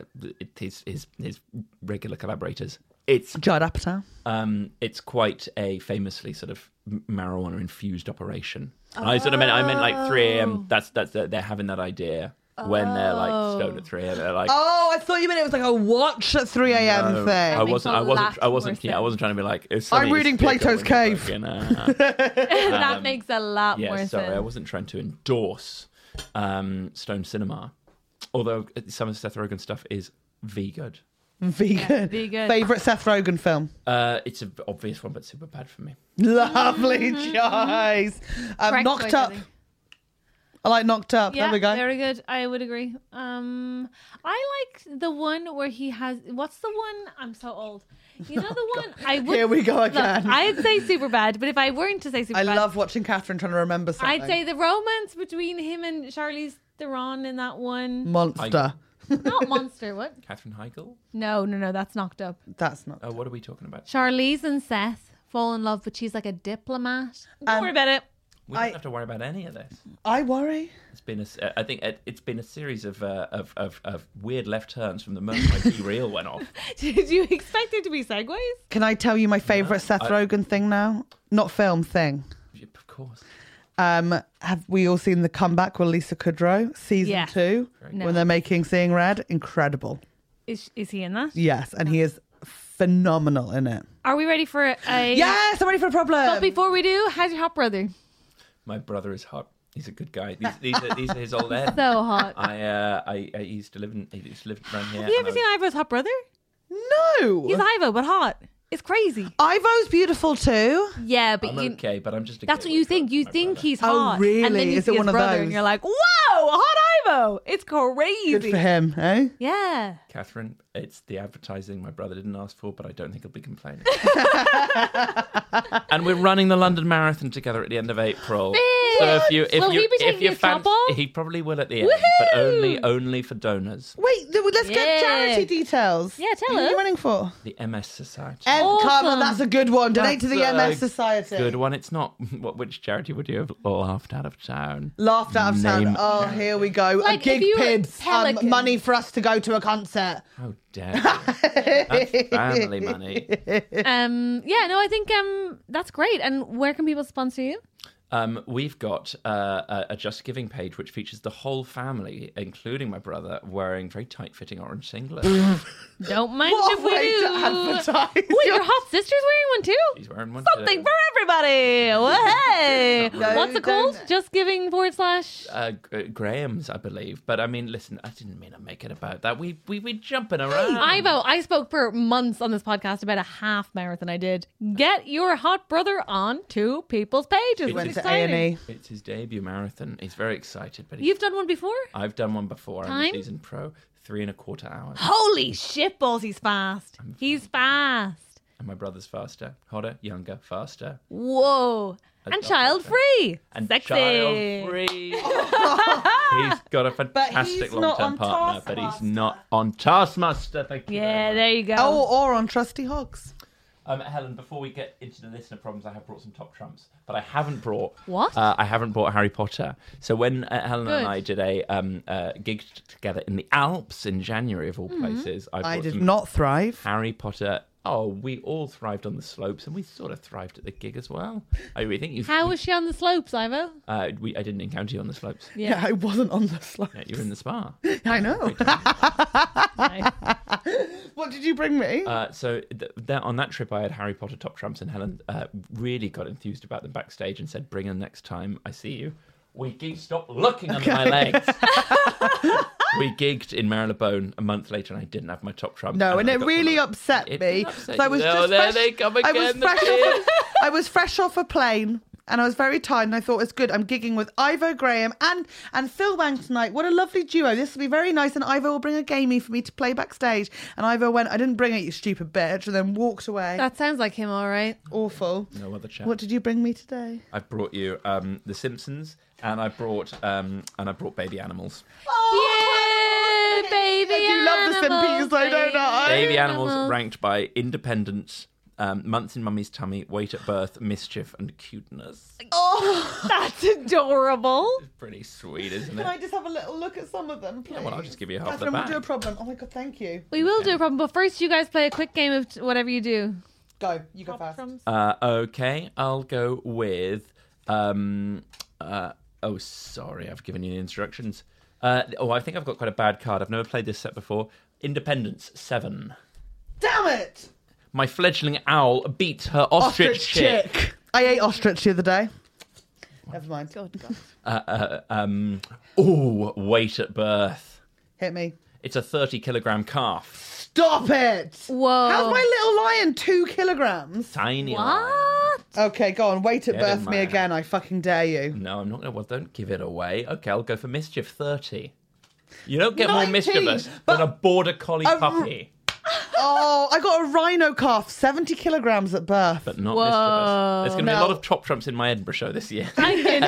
Speaker 4: his his his regular collaborators. It's
Speaker 2: Judd Apatow.
Speaker 4: um, it's quite a famously sort of marijuana infused operation. And I sort of meant I meant like three a.m. That's that's they're having that idea when they're like stoned at three a.m. They're like,
Speaker 2: Oh, I thought you meant it was like a watch at 3 a.m.
Speaker 4: No, I
Speaker 2: thing.
Speaker 1: makes
Speaker 4: wasn't.
Speaker 1: a
Speaker 4: I wasn't.
Speaker 1: lot
Speaker 4: I wasn't.
Speaker 1: more
Speaker 4: Yeah, I wasn't trying to be like. It's sunny,
Speaker 2: reading
Speaker 4: it's big,
Speaker 2: Plato's
Speaker 4: I
Speaker 2: Cave.
Speaker 4: wouldn't fucking, uh,
Speaker 1: [laughs]
Speaker 2: Um,
Speaker 1: that makes a lot
Speaker 2: [laughs]
Speaker 1: more
Speaker 4: yeah, sorry, I
Speaker 1: sense.
Speaker 4: wasn't trying to endorse um, Stone Cinema, although uh, some of Seth Rogen stuff is v good.
Speaker 2: vegan.
Speaker 1: vegan.
Speaker 2: Favorite Seth
Speaker 1: [laughs]
Speaker 2: Rogen film.
Speaker 4: Uh, it's an obvious one, but super bad for me.
Speaker 2: Lovely
Speaker 1: Mm-hmm,
Speaker 2: choice. Um,
Speaker 1: Correct
Speaker 2: knocked
Speaker 1: choice, I
Speaker 2: up.
Speaker 1: think.
Speaker 2: I like knocked up.
Speaker 1: Yeah,
Speaker 2: there we go.
Speaker 1: very good. I would agree. Um, I like the one where he has. What's the one? I'm so old. You
Speaker 2: [laughs]
Speaker 1: know the one I would.
Speaker 2: Oh
Speaker 1: [laughs]
Speaker 2: Here we go
Speaker 1: Look,
Speaker 2: again.
Speaker 1: I'd say super bad, but if I weren't to say super
Speaker 2: I
Speaker 1: bad,
Speaker 2: love watching Catherine trying to remember something.
Speaker 1: I'd say the romance between him and Charlize Theron in that
Speaker 2: [laughs]
Speaker 1: one.
Speaker 2: monster.
Speaker 1: Not monster. What?
Speaker 4: Catherine Heigl.
Speaker 1: No, no, no. That's knocked up.
Speaker 2: That's not.
Speaker 4: Uh, what are we talking about?
Speaker 1: Charlize and Seth fall in love, but she's like a diplomat. Don't
Speaker 2: Um,
Speaker 1: worry about it.
Speaker 4: We don't
Speaker 2: I-
Speaker 4: have to worry about any of this.
Speaker 2: I worry.
Speaker 4: It's been a s- uh, I think it, it's been a series of, uh, of of of weird left turns from the moment my B reel
Speaker 2: [laughs]
Speaker 4: went off.
Speaker 1: Did you expect it to be segues?
Speaker 2: Can I tell you my favorite Seth
Speaker 4: I-
Speaker 2: Rogen thing now? Not film thing.
Speaker 4: Of course.
Speaker 2: Um, have we all seen the comeback with Lisa Kudrow season
Speaker 1: Yeah.
Speaker 2: two
Speaker 1: No.
Speaker 2: when they're making Seeing Red? Incredible.
Speaker 1: Is is he in that?
Speaker 2: Yes, and he is phenomenal in it.
Speaker 1: Are we ready for a?
Speaker 2: Yes, I'm ready for a problem.
Speaker 1: But before we do, how's your hot brother?
Speaker 4: My brother is hot. He's a good guy. These, these, are, these are his
Speaker 2: [laughs]
Speaker 4: old head.
Speaker 1: [laughs] So hot.
Speaker 4: I, uh, I, I used to live in, he used to live around here.
Speaker 1: Have you
Speaker 4: and
Speaker 1: ever
Speaker 4: I
Speaker 1: seen Ivo's hot brother?
Speaker 2: no,
Speaker 1: He's Ivo, but hot. It's crazy.
Speaker 2: Ivo's beautiful too.
Speaker 1: Yeah, but
Speaker 4: was-
Speaker 1: you.
Speaker 4: I'm okay, but I'm just. A
Speaker 1: That's
Speaker 4: gay
Speaker 1: what you
Speaker 4: boy,
Speaker 1: think. You
Speaker 4: my
Speaker 1: think
Speaker 4: brother.
Speaker 1: he's
Speaker 2: Oh,
Speaker 1: hot. And then
Speaker 2: really?
Speaker 1: you
Speaker 2: Is
Speaker 1: see
Speaker 2: it
Speaker 1: his
Speaker 2: one of
Speaker 1: brother
Speaker 2: those?
Speaker 1: and you're like, whoa, hot Ivo. It's crazy.
Speaker 2: Good for him, eh?
Speaker 1: Yeah.
Speaker 4: Catherine, it's the advertising my brother didn't ask for, but I don't think he'll
Speaker 1: [laughs]
Speaker 4: be complaining. and we're running the London Marathon together at the end of April. So if you, if
Speaker 1: Will
Speaker 4: you,
Speaker 1: he be
Speaker 4: if
Speaker 1: taking
Speaker 4: you
Speaker 1: his
Speaker 4: fancy,
Speaker 1: top off?
Speaker 4: he probably will at the end, but only, only for donors.
Speaker 2: Wait, th- let's get
Speaker 1: Yeah.
Speaker 2: charity details.
Speaker 1: Yeah, tell
Speaker 2: Who are
Speaker 1: us.
Speaker 2: you running for?
Speaker 4: The MS Society.
Speaker 2: And Carmel,
Speaker 1: Awesome.
Speaker 2: that's a good one. Donate to the
Speaker 4: That's a
Speaker 2: MS Society.
Speaker 4: Good one. It's not [laughs] what. Which charity would you have laughed out of town?
Speaker 2: Laughed out of town.
Speaker 4: Name-
Speaker 2: Oh, here we go.
Speaker 1: Like,
Speaker 2: a
Speaker 1: if
Speaker 2: gig
Speaker 1: you were
Speaker 2: pids. Um,
Speaker 1: Pelican.
Speaker 2: money for us to go to a concert.
Speaker 4: How dare you?
Speaker 1: [laughs]
Speaker 4: That's family money.
Speaker 1: Um, yeah, no, I think um, that's great. And where can people sponsor you?
Speaker 4: Um, we've got uh, a- a Just Giving page which features the whole family, including my brother, wearing very tight-fitting
Speaker 1: [laughs]
Speaker 4: orange singlets.
Speaker 1: Don't mind
Speaker 2: What
Speaker 1: if
Speaker 2: a
Speaker 1: we
Speaker 2: way
Speaker 1: do.
Speaker 2: to advertise.
Speaker 1: Wait, your hot sister's wearing one too?
Speaker 4: He's wearing one.
Speaker 1: Something
Speaker 4: today.
Speaker 1: for everybody. Well, hey.
Speaker 4: No,
Speaker 1: What's it
Speaker 2: don't.
Speaker 1: called? Just giving forward slash.
Speaker 4: uh, G- Graham's, I believe. But I mean, listen, I didn't mean to make it about that. We we we jumping around.
Speaker 1: Ivo, I spoke for months on this podcast about a half marathon I did. Get your hot brother on two people's pages.
Speaker 2: Went
Speaker 1: It's
Speaker 2: to E.
Speaker 1: exciting.
Speaker 2: A&E.
Speaker 4: It's his debut marathon. He's very excited, but he,
Speaker 1: You've done one before?
Speaker 4: I've done one before. I'm
Speaker 1: Time?
Speaker 4: a season pro, three and a quarter hours,
Speaker 1: Holy shit balls, he's fast. He's fast.
Speaker 4: and my brother's faster, hotter, younger, faster,
Speaker 1: Whoa. And
Speaker 4: Adult
Speaker 1: child free.
Speaker 4: and
Speaker 1: Sexy.
Speaker 4: child-free. he's got a fantastic
Speaker 2: he's not
Speaker 4: long-term
Speaker 2: on
Speaker 4: partner, but he's
Speaker 2: Taskmaster.
Speaker 4: not on Taskmaster. Thank you.
Speaker 1: Yeah,
Speaker 4: very much.
Speaker 1: there you go.
Speaker 2: Oh, or on Trusty Hogs.
Speaker 4: Um, Helen, before we get into the listener problems, I have brought some top trumps, but I haven't brought
Speaker 1: What?
Speaker 4: Uh, I haven't brought Harry Potter. So when uh, Helen
Speaker 1: Good.
Speaker 4: and I did a um, uh, gig t- together in the Alps in January of all places, I,
Speaker 2: I
Speaker 4: brought
Speaker 2: did
Speaker 4: some
Speaker 2: not thrive.
Speaker 4: Harry Potter. Oh, we all thrived on the slopes, and we sort of thrived at the gig as well. I really think you.
Speaker 1: How was she on the slopes, Ivo?
Speaker 4: uh, we, I didn't encounter you on the slopes.
Speaker 2: Yeah. I wasn't on the slide.
Speaker 4: Yeah, you were in the spa.
Speaker 2: [laughs] I
Speaker 4: [laughs]
Speaker 2: know. [laughs] what did you bring me?
Speaker 4: Uh, so th- that on that trip, I had Harry Potter top trumps, and Helen uh, really got enthused about them backstage and said, "Bring them next time I see you." We gigged. Stop looking under my
Speaker 2: [laughs]
Speaker 4: legs. we gigged in Marylebone a month later, and I didn't have my top trump.
Speaker 2: no, and
Speaker 4: I
Speaker 2: it
Speaker 4: got
Speaker 2: really
Speaker 4: them.
Speaker 2: upset
Speaker 4: It
Speaker 2: me.
Speaker 4: did upset
Speaker 2: 'cause I
Speaker 4: you.
Speaker 2: was
Speaker 4: No,
Speaker 2: just
Speaker 4: there
Speaker 2: fresh,
Speaker 4: they come
Speaker 2: I was
Speaker 4: again, the
Speaker 2: fresh off.
Speaker 4: kids. [laughs]
Speaker 2: A, I was fresh off a plane, and I was very tired. And I thought it's good. I'm gigging with Ivo Graham and and Phil Wang tonight. What a lovely duo! This will be very nice. And Ivo will bring a gamey for me to play backstage. And Ivo went, I didn't bring it, you stupid bitch, and then walked away.
Speaker 1: That sounds like him, all right.
Speaker 2: Awful.
Speaker 4: No other chat.
Speaker 2: What did you bring me today?
Speaker 4: I brought you um, The Simpsons, and I brought um, and I brought baby animals.
Speaker 1: Oh, yeah, baby.
Speaker 2: I do love the
Speaker 1: animals,
Speaker 2: Simpies, I don't know. I-
Speaker 4: Baby animals, ranked by independence, um, months in mummy's tummy, weight at birth, mischief, and cuteness.
Speaker 1: Oh, [laughs] that's adorable.
Speaker 4: Pretty sweet, isn't it?
Speaker 2: Can I just have a little look at some of them, please?
Speaker 4: well, I'll just give you half the
Speaker 2: Catherine, we'll do
Speaker 4: bag.
Speaker 2: a problem. Oh my god, thank you.
Speaker 1: We will do a problem, but first, you guys play a quick game of t- whatever you do.
Speaker 2: Go, you go first.
Speaker 4: Uh, okay, I'll go with. Um, uh, oh, sorry, I've given you the instructions. Uh, oh, I think I've got quite a bad card. I've never played this set before. Independence seven.
Speaker 2: Damn it!
Speaker 4: My fledgling owl beats her ostrich, chick.
Speaker 2: I ate ostrich the other day. Never mind.
Speaker 4: Uh, uh, um, oh, weight at birth.
Speaker 2: Hit me.
Speaker 4: It's a thirty kilogram calf.
Speaker 2: Stop it!
Speaker 1: Whoa.
Speaker 2: How's my little lion two kilograms?
Speaker 4: Tiny. lion.
Speaker 1: What?
Speaker 2: Okay, go on. Wait at
Speaker 4: Yeah,
Speaker 2: birth
Speaker 4: don't
Speaker 2: me
Speaker 4: mind.
Speaker 2: again. I fucking dare you.
Speaker 4: No, I'm not gonna. Well, don't give it away. Okay, I'll go for mischief thirty. You don't get more
Speaker 2: 19,
Speaker 4: mischievous
Speaker 2: but-
Speaker 4: than a border collie
Speaker 2: A r-
Speaker 4: puppy,
Speaker 2: Oh, I got a rhino calf, 70 kilograms at birth.
Speaker 4: but not
Speaker 1: Whoa.
Speaker 4: mischievous. There's going to be a
Speaker 2: No.
Speaker 4: lot of top trumps in my Edinburgh show this year. [laughs]
Speaker 1: I can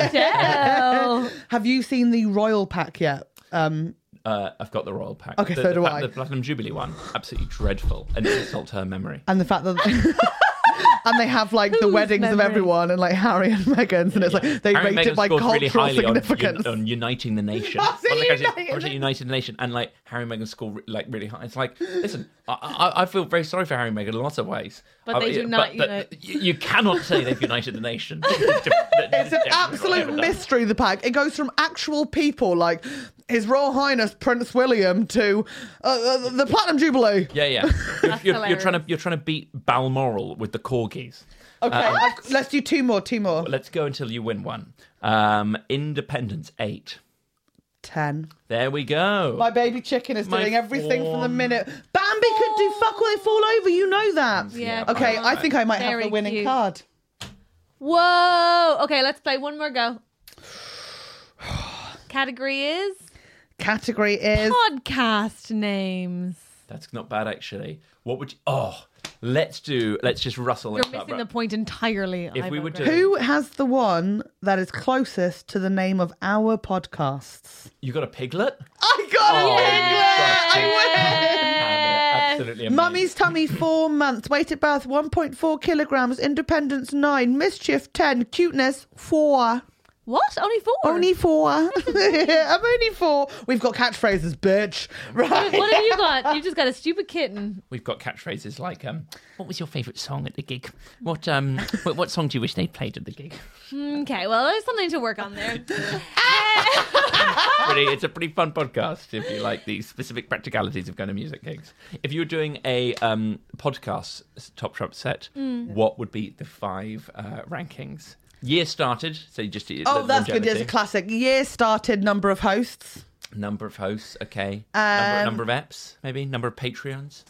Speaker 1: tell.
Speaker 2: Have you seen the royal pack yet? Um,
Speaker 4: Uh, I've got the royal pack.
Speaker 2: Okay,
Speaker 4: the,
Speaker 2: so
Speaker 4: the
Speaker 2: do
Speaker 4: plat-
Speaker 2: I.
Speaker 4: The platinum jubilee one, absolutely dreadful, and it insults her memory.
Speaker 2: and the fact that [laughs] and they have like the
Speaker 1: Whose
Speaker 2: weddings of
Speaker 1: memory?
Speaker 2: everyone and like Harry and Meghan's, and it's like they
Speaker 4: Harry and
Speaker 2: rate
Speaker 4: Meghan
Speaker 2: it by
Speaker 4: scored
Speaker 2: cultural
Speaker 4: really highly on,
Speaker 2: significance.
Speaker 4: un- on uniting
Speaker 2: [laughs]
Speaker 4: the nation.
Speaker 2: I said
Speaker 4: Well, like I said,
Speaker 2: united.
Speaker 4: I said united the nation, and like Harry and Meghan score re- like really high. It's like, listen, I, I, I feel very sorry for Harry and Meghan in a lot of ways,
Speaker 1: But
Speaker 4: I-
Speaker 1: they do
Speaker 4: but-
Speaker 1: not
Speaker 4: but
Speaker 1: unite.
Speaker 4: you, you cannot say they've united
Speaker 2: [laughs]
Speaker 4: the nation.
Speaker 2: It's an absolute mystery, the pack. It goes from actual people like His Royal Highness Prince William to uh, uh, the Platinum Jubilee.
Speaker 4: Yeah, yeah. You're, you're, you're
Speaker 1: hilarious.
Speaker 4: trying to you're trying to beat Balmoral with the corgis.
Speaker 2: Okay,
Speaker 4: Uh,
Speaker 2: I've- let's do two more, two more.
Speaker 4: Let's go until you win one. Um, Independence eight.
Speaker 2: Ten.
Speaker 4: There we go.
Speaker 2: My baby chicken is
Speaker 4: My
Speaker 2: doing everything from the
Speaker 4: form.
Speaker 2: minute. Bambi could do fuck all they fall over. You know that.
Speaker 1: Yeah,
Speaker 2: Okay,
Speaker 1: come
Speaker 2: I
Speaker 1: on.
Speaker 2: think I might have
Speaker 1: Very
Speaker 2: the winning
Speaker 1: cute.
Speaker 2: card.
Speaker 1: Whoa. Okay, let's play one more go. Category is
Speaker 2: Category is
Speaker 1: podcast names.
Speaker 4: That's not bad actually. What would you? Oh, let's do. Let's just rustle.
Speaker 1: You're missing the point entirely.
Speaker 4: If we
Speaker 1: Ivo
Speaker 4: were
Speaker 1: Grey.
Speaker 4: to-
Speaker 2: who has the one that is closest to the name of our podcasts?
Speaker 4: You got a piglet?
Speaker 2: I got
Speaker 4: Oh,
Speaker 2: it.
Speaker 4: yeah.
Speaker 1: Yeah.
Speaker 4: Absolutely. amazing.
Speaker 2: Mummy's tummy four months, weight at birth one point four kilograms, independence nine, mischief ten, cuteness four.
Speaker 1: What? Only four?
Speaker 2: Only four. [laughs] I'm only four. We've got catchphrases, bitch. Right.
Speaker 1: What have you got? You've just got a stupid kitten.
Speaker 4: We've got catchphrases like, um, "What was your favourite song at the gig? What
Speaker 1: [laughs]
Speaker 4: um, what, what song do you wish they played at the gig?"
Speaker 1: Okay, well, there's something to work on
Speaker 4: [laughs]
Speaker 1: there.
Speaker 4: pretty, it's a pretty fun podcast if you like the specific practicalities of going to music gigs. If you were doing a um, podcast s- top trump set,
Speaker 2: Mm.
Speaker 4: what would be the five uh, rankings? Year started, so you just
Speaker 2: Oh, that's good. There's
Speaker 4: longevity.
Speaker 2: a classic. Year started number of hosts.
Speaker 4: number of hosts, okay, number,
Speaker 2: Um,
Speaker 4: number of apps, maybe number of Patreons.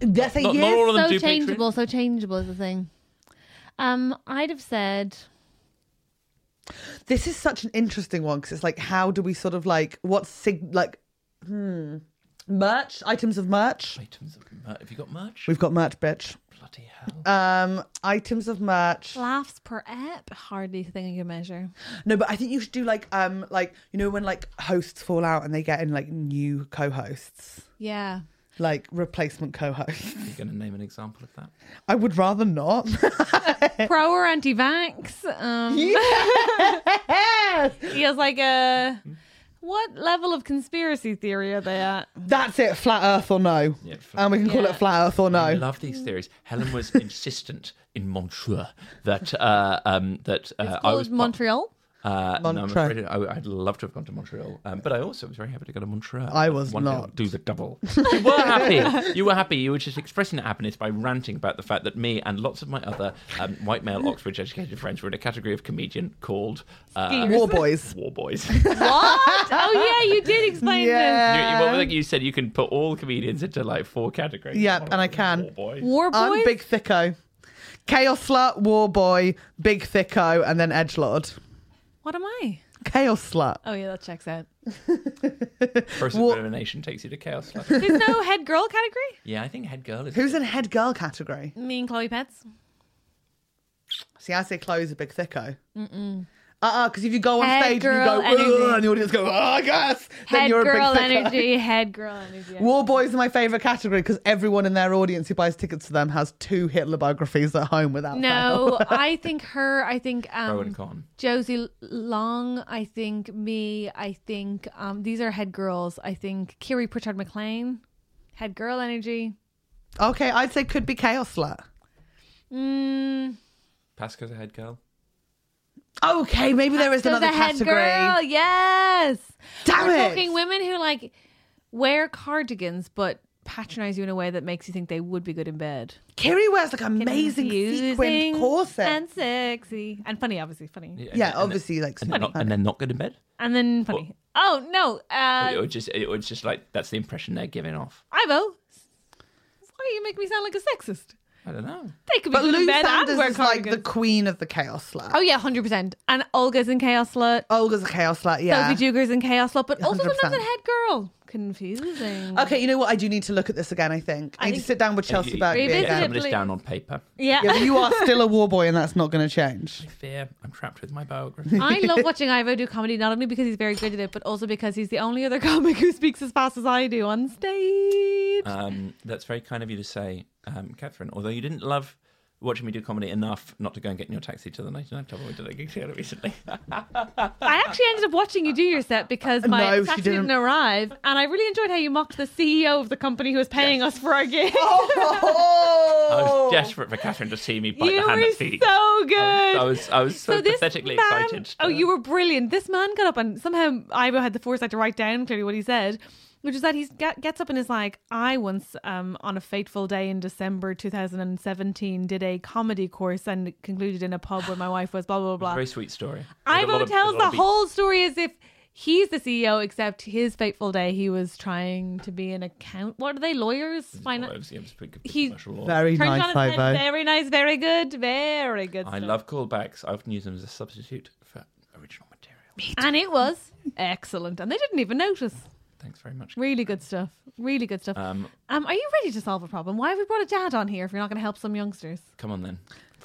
Speaker 2: That's a
Speaker 4: Not,
Speaker 2: year.
Speaker 4: not all of them
Speaker 1: so
Speaker 4: do
Speaker 1: changeable,
Speaker 4: Patreon.
Speaker 1: so changeable is the thing. Um, I'd have said
Speaker 2: This is such an interesting one because it's like, how do we sort of like what's sig- like hmm, merch items of merch?
Speaker 4: Items of merch. Have you got merch?
Speaker 2: We've got merch, bitch.
Speaker 4: Bloody hell!
Speaker 2: Um, items of merch.
Speaker 1: laughs per ep. Hardly a thing you can measure.
Speaker 2: No, but I think you should do like um like you know when like hosts fall out and they get in like new co-hosts,
Speaker 1: Yeah.
Speaker 2: like replacement co-hosts. [laughs]
Speaker 4: You're going to name an example of that.
Speaker 2: I would rather not. Eh.
Speaker 1: Pro or anti-vax?
Speaker 2: [laughs]
Speaker 1: Um, he has like a. What level of conspiracy theory are they at?
Speaker 4: Uh,
Speaker 2: That's it. Flat Earth or no,
Speaker 4: Yeah, flat-
Speaker 2: and we can call
Speaker 1: Yeah.
Speaker 2: it flat Earth or no.
Speaker 4: I love these theories. Helen was insistent in Montreux that uh, um, that uh, I
Speaker 1: Called
Speaker 4: was part-
Speaker 1: Montreal.
Speaker 4: Uh, no, I'm
Speaker 2: Montreux.
Speaker 4: afraid I, I'd love to have gone to Montreal, um, but I also was very happy to go to Montreal.
Speaker 2: I was
Speaker 4: One day I'll
Speaker 2: not.
Speaker 4: do
Speaker 2: [laughs]
Speaker 4: the double. you were happy. You were happy. You were just expressing that happiness by ranting about the fact that me and lots of my other um, white male Oxbridge-educated friends were in a category of comedian called uh,
Speaker 1: Skiers.
Speaker 2: War boys.
Speaker 4: War Boys. [laughs] you, you-
Speaker 1: What? Oh yeah, you did explain
Speaker 2: Yeah.
Speaker 4: what was it you said you can put all comedians into like four categories.
Speaker 2: Yeah,
Speaker 4: One of
Speaker 2: and I
Speaker 4: them is
Speaker 2: can.
Speaker 4: War Boys.
Speaker 1: this. War boys.
Speaker 2: I'm Big Thicko. Chaos Slut, War Boy, Big Thicko, and then Edgelord.
Speaker 1: What am I?
Speaker 2: Chaos Slut.
Speaker 1: Oh yeah, that checks out.
Speaker 4: Process
Speaker 2: War-
Speaker 4: of elimination takes you to chaos.
Speaker 2: [laughs]
Speaker 1: There's no head girl category.
Speaker 4: yeah, I think head girl is.
Speaker 2: Who's in head girl category?
Speaker 1: [laughs] Me and Chloe Pets.
Speaker 2: See, I say Chloe's a big thicko. Mm-mm. Uh-uh, because if you go on
Speaker 1: Head
Speaker 2: stage and you
Speaker 1: girl
Speaker 2: go,
Speaker 1: energy.
Speaker 2: "Ugh," and the audience go, oh, yes, then
Speaker 1: Head
Speaker 2: you're a big
Speaker 1: girl
Speaker 2: thicko.
Speaker 1: energy. Head girl energy.
Speaker 2: [laughs] War Boys are my favourite category because everyone in their audience who buys tickets to them has two Hitler biographies at home without fail.
Speaker 1: No, I think her. I think
Speaker 4: Rowan
Speaker 1: um,
Speaker 4: Con.
Speaker 1: Josie L- Long. I think me. I think um, these are head girls. I think Kiri Pritchard McLean, head girl energy.
Speaker 2: Okay, I'd say could be Chaos Slut.
Speaker 1: Mm,
Speaker 4: Pasco's a head girl.
Speaker 2: Okay, maybe there is
Speaker 1: so
Speaker 2: another
Speaker 1: the head
Speaker 2: category.
Speaker 1: girl. Yes.
Speaker 2: Damn
Speaker 1: We're
Speaker 2: it.
Speaker 1: talking women who like wear cardigans, but patronize you in a way that makes you think they would be good in bed.
Speaker 2: Kiri wears like amazing
Speaker 1: Confusing
Speaker 2: sequined corset.
Speaker 1: and sexy and funny, obviously funny,
Speaker 4: Yeah,
Speaker 2: yeah,
Speaker 4: and- and-
Speaker 2: obviously, like
Speaker 4: and they're not, and they're not good in bed.
Speaker 1: and then funny. Oh no,
Speaker 4: it
Speaker 1: uh,
Speaker 4: was just it was just like that's the impression they're giving off.
Speaker 1: Ivo. Why do you make me sound like a sexist?
Speaker 4: I don't know.
Speaker 1: They could be
Speaker 2: But
Speaker 1: good in
Speaker 2: Lou
Speaker 1: bed and
Speaker 2: Sanders
Speaker 1: wear
Speaker 2: is like
Speaker 1: cardigans.
Speaker 2: the queen of the chaos slut.
Speaker 1: oh yeah, hundred percent. And Olga's in chaos slut.
Speaker 2: Olga's a chaos slut, Oh, yeah.
Speaker 1: Oh. Sophie Duger's in chaos slut, but also the
Speaker 2: 100%.
Speaker 1: another head girl. Confusing.
Speaker 2: Okay, you know what? I do need to look at this again, I think. I,
Speaker 1: I
Speaker 2: need
Speaker 1: think-
Speaker 2: to sit down with Chelsea
Speaker 4: You- you
Speaker 1: Revisit
Speaker 4: get
Speaker 1: it,
Speaker 4: some
Speaker 2: Berg.
Speaker 4: of this
Speaker 1: please.
Speaker 4: down on paper.
Speaker 1: Yeah.
Speaker 2: Yeah, but you are still a war boy and that's not going to change.
Speaker 4: Fear, I'm trapped with my
Speaker 2: [laughs]
Speaker 4: biography.
Speaker 1: [laughs] I love watching Ivo do comedy not only because he's very good at it, but also because he's the only other [laughs] comic who speaks as fast as I do on stage.
Speaker 4: Uh. um, that's very kind of you to say, um, Catherine. Although you didn't love watching me do comedy enough not to go and get in your taxi to the 99 Club when we did a gig together recently. [laughs]
Speaker 1: I actually ended up watching you do your set because my
Speaker 2: No, she
Speaker 1: taxi
Speaker 2: didn't.
Speaker 1: didn't. arrive, and I really enjoyed how you mocked the CEO of the company who was paying us for our gig.
Speaker 4: Oh,
Speaker 1: Oh.
Speaker 4: I was desperate for Catherine to see me bite
Speaker 1: you
Speaker 4: the hand
Speaker 1: were
Speaker 4: that feeds.
Speaker 1: so good.
Speaker 4: I was, I was so,
Speaker 1: this
Speaker 4: pathetically
Speaker 1: man-
Speaker 4: excited.
Speaker 1: Oh, you were brilliant. This man got up and somehow Ivo had the foresight to write down clearly what he said, which is that he get, gets up and is like, I once, um, on a fateful day in December 2017, did a comedy course and it concluded in a pub where my wife was, blah, blah, blah.
Speaker 4: Very sweet story. There's a lot
Speaker 1: Ivo tells
Speaker 4: of- there's a lot
Speaker 1: the
Speaker 4: of beats.
Speaker 1: whole story as if he's the CEO, except his fateful day, he was trying to be an account. What are they, lawyers?
Speaker 4: Oh, it
Speaker 1: Finance.
Speaker 4: was- yeah, it was pretty good-
Speaker 1: He-
Speaker 4: commercial law.
Speaker 2: Very
Speaker 1: Turns
Speaker 2: nice,
Speaker 1: on his head.
Speaker 2: Ivo.
Speaker 1: Very nice, very good, very good.
Speaker 4: I
Speaker 1: stuff.
Speaker 4: love callbacks. I often use them as a substitute for original material.
Speaker 1: And it was excellent. And they didn't even notice.
Speaker 4: Thanks very much.
Speaker 1: Really good stuff. Really good stuff.
Speaker 4: Um,
Speaker 1: Um, are you ready to solve a problem? Why have we brought a dad on here if you're not going to help some youngsters?
Speaker 4: come on then.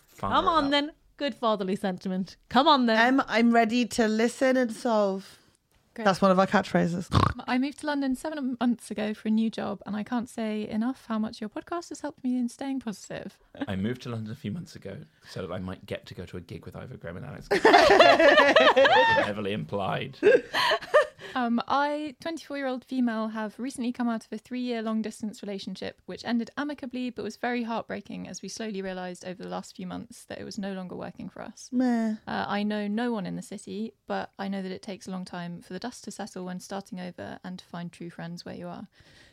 Speaker 4: Fire
Speaker 1: Come
Speaker 4: it
Speaker 1: on
Speaker 4: up.
Speaker 1: then. Good fatherly sentiment. Come on then.
Speaker 2: Em, I'm ready to listen and solve.
Speaker 6: Great.
Speaker 2: That's one of our catchphrases.
Speaker 6: I moved to London seven months ago for a new job, and I can't say enough how much your podcast has helped me in staying positive.
Speaker 4: I moved to London a few months ago so that I might get to go to a gig with Ivor Graham
Speaker 1: [laughs]
Speaker 4: and Alex. heavily implied.
Speaker 6: Um, I, 24 year old female, have recently come out of a three year long distance relationship, which ended amicably but was very heartbreaking as we slowly realised over the last few months that it was no longer working for us.
Speaker 2: Meh.
Speaker 6: Uh, I know no one in the city, but I know that it takes a long time for the dust to settle when starting over and to find true friends where you are.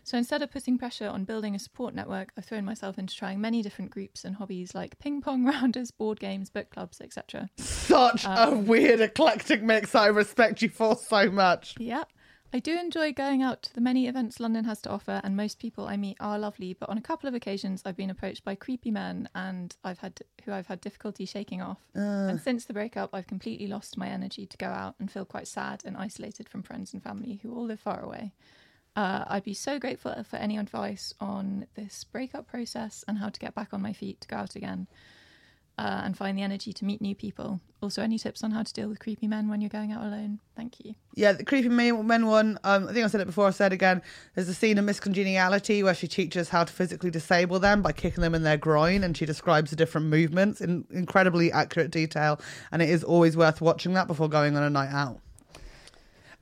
Speaker 6: So instead of putting pressure on building a support network, I've thrown myself into trying many different groups and hobbies like ping pong [laughs] rounders, board games, book clubs, etc.
Speaker 2: Such
Speaker 1: Uh.
Speaker 2: a weird eclectic mix. I respect you for so much.
Speaker 6: Yep. I do enjoy going out to the many events London has to offer, and most people I meet are lovely. But on a couple of occasions, I've been approached by creepy men, and I've had who I've had difficulty shaking off. And since the breakup, I've completely lost my energy to go out and feel quite sad and isolated from friends and family who all live far away. Uh, I'd be so grateful for any advice on this breakup process and how to get back on my feet to go out again uh, and find the energy to meet new people. Also, any tips on how to deal with creepy men when you're going out alone? Thank you.
Speaker 2: Yeah, the creepy men men one. Um, I think I said it before. I said it again. There's a scene in Miss Congeniality where she teaches how to physically disable them by kicking them in their groin, and she describes the different movements in incredibly accurate detail. And it is always worth watching that before going on a night out.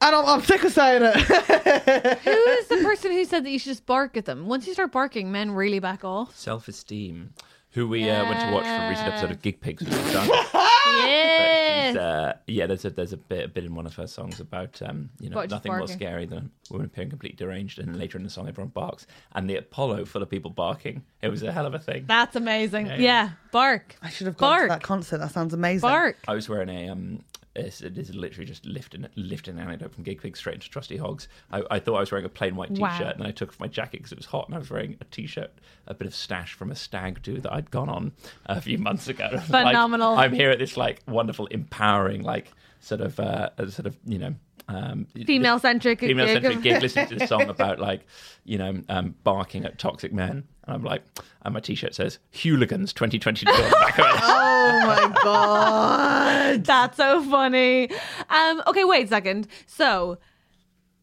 Speaker 2: And I'm, I'm sick of saying it. [laughs]
Speaker 1: Who is the person who said that you should just bark at them? Once you start barking, men really back [laughs] off.
Speaker 4: Self esteem. Who we uh, went to watch for a recent episode of Gig Pigs. which
Speaker 1: [laughs]
Speaker 4: we've done. But she's,
Speaker 1: yes.
Speaker 4: uh, yeah, there's a there's a bit a bit in one of her songs about um, you know
Speaker 1: About just
Speaker 4: nothing more
Speaker 1: barking.
Speaker 4: scary than a woman appearing completely deranged, and later in the song everyone barks, and the Apollo full of people barking. It was a hell of a thing.
Speaker 1: That's amazing. Yeah,
Speaker 4: Yeah.
Speaker 1: bark.
Speaker 2: I should have gone
Speaker 1: Bark.
Speaker 2: to that concert. That sounds amazing.
Speaker 1: Bark.
Speaker 4: I was wearing a um. It's, it is literally just lifting lifting an anecdote from Gig Pig straight into Trusty Hogs. I, I thought I was wearing a plain white T-shirt,
Speaker 1: Wow.
Speaker 4: and I took off my jacket because it was hot, and I was wearing a T-shirt, a bit of stash from a stag do that I'd gone on a few months ago. [laughs] Like,
Speaker 1: Phenomenal.
Speaker 4: I'm here at this like wonderful, empowering, like sort of uh, a sort of you know. Um,
Speaker 1: Female centric.
Speaker 4: female
Speaker 1: [laughs]
Speaker 4: centric gig listening to this song about like you know um, barking at toxic men and I'm like and my t-shirt says hooligans [laughs] 2022 on the back of it
Speaker 2: Oh my
Speaker 1: [laughs]
Speaker 2: god.
Speaker 1: That's so funny. Um, okay, wait a second. So,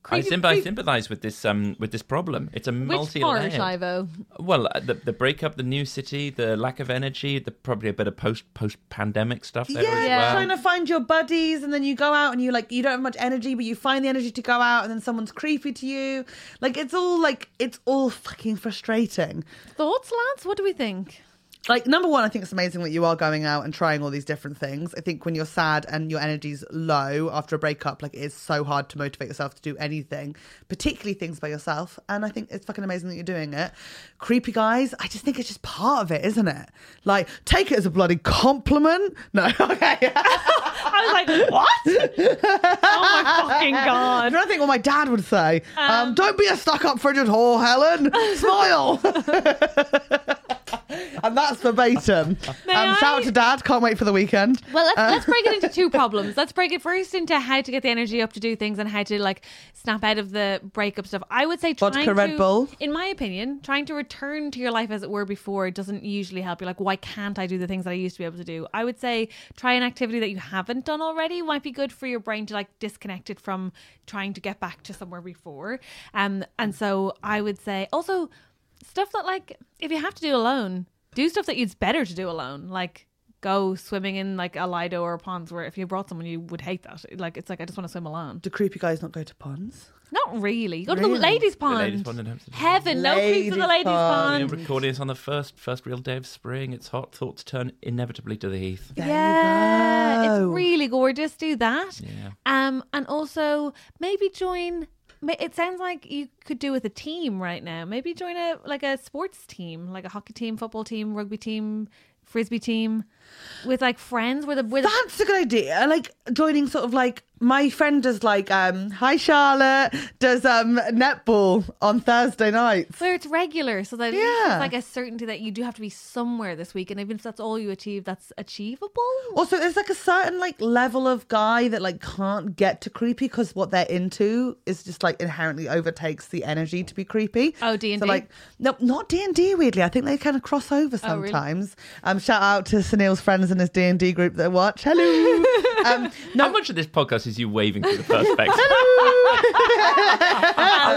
Speaker 4: I,
Speaker 1: creepy-
Speaker 4: symp- I sympathize with this um with this problem it's a
Speaker 1: which
Speaker 4: multi
Speaker 1: part,
Speaker 4: layered
Speaker 1: Ivo?
Speaker 4: well uh, the, the breakup the new city the lack of energy the probably a bit of post post pandemic stuff there
Speaker 2: yeah,
Speaker 4: as
Speaker 1: Yeah.
Speaker 4: well
Speaker 2: trying to find your buddies, and then you go out and you like you don't have much energy, but you find the energy to go out, and then someone's creepy to you. Like it's all like it's all fucking frustrating.
Speaker 1: Thoughts, lads? What do we think?
Speaker 2: Like number one, I think it's amazing that you are going out and trying all these different things. I think when you're sad and your energy's low after a breakup, like it is so hard to motivate yourself to do anything, particularly things by yourself. And I think it's fucking amazing that you're doing it. Creepy guys, I just think it's just part of it, isn't it? Like take it as a bloody compliment. [laughs] No, okay.
Speaker 1: [laughs] I was like, what? oh my fucking
Speaker 2: I
Speaker 1: god!
Speaker 2: don't think what my dad would say. Um, don't be a stuck up frigid whore, Helen. Smile. and that's verbatim. Um, shout out
Speaker 1: I-
Speaker 2: to dad. Can't wait for the weekend.
Speaker 1: Well, let's, let's break it into two problems. Let's break it first into how to get the energy up to do things and how to like snap out of the breakup stuff. I would say trying
Speaker 2: Vodka,
Speaker 1: to,
Speaker 2: Red Bull.
Speaker 1: in my opinion, trying to return to your life as it were before doesn't usually help. You're like, why can't I do the things that I used to be able to do? I would say try an activity that you haven't done already. Might be good for your brain to like disconnect it from trying to get back to somewhere before. Um, and so I would say also stuff that like if you have to do alone do stuff that it's better to do alone. Like go swimming in like a lido or a ponds where if you brought someone you would hate that. Like it's like I just want to swim alone.
Speaker 2: Do creepy guys not go to ponds?
Speaker 1: Not really. Go to
Speaker 2: Really?
Speaker 1: the ladies pond.
Speaker 4: ladies' pond in Amsterdam.
Speaker 1: Heaven, no creeps in the ladies
Speaker 2: Ladies' pond.
Speaker 4: Yeah,
Speaker 1: pond.
Speaker 4: we're recording this on the first first real day of spring. It's hot. Thoughts turn inevitably to the heath.
Speaker 2: There you
Speaker 1: yeah,
Speaker 2: go.
Speaker 1: it's really gorgeous. Do that.
Speaker 4: Yeah.
Speaker 1: Um, and also maybe join. ma- It sounds like you could do with a team right now. Maybe join a like a sports team, like a hockey team, football team, rugby team, frisbee team, with like friends. Where the where the,
Speaker 2: That's a good idea. Like joining sort of like my friend does like um hi Charlotte does um netball on Thursday nights.
Speaker 1: where it's regular, so that
Speaker 2: Yeah.
Speaker 1: it's like a certainty that you do have to be somewhere this week, and even if that's all you achieve, that's achievable.
Speaker 2: Also, there's like a certain like level of guy that like can't get to creepy because what they're into is just like inherently overtakes the energy to be creepy.
Speaker 1: Oh, D&D?
Speaker 2: So like no, not D and D. Weirdly, I think they kind of cross over
Speaker 1: Oh, really?
Speaker 2: sometimes. Um, shout out to Sunil's friends in his D and D group that watch.
Speaker 1: [laughs]
Speaker 2: Hello. um, no,
Speaker 4: How much of this podcast is you waving through
Speaker 2: [laughs]
Speaker 4: the perspective?
Speaker 1: a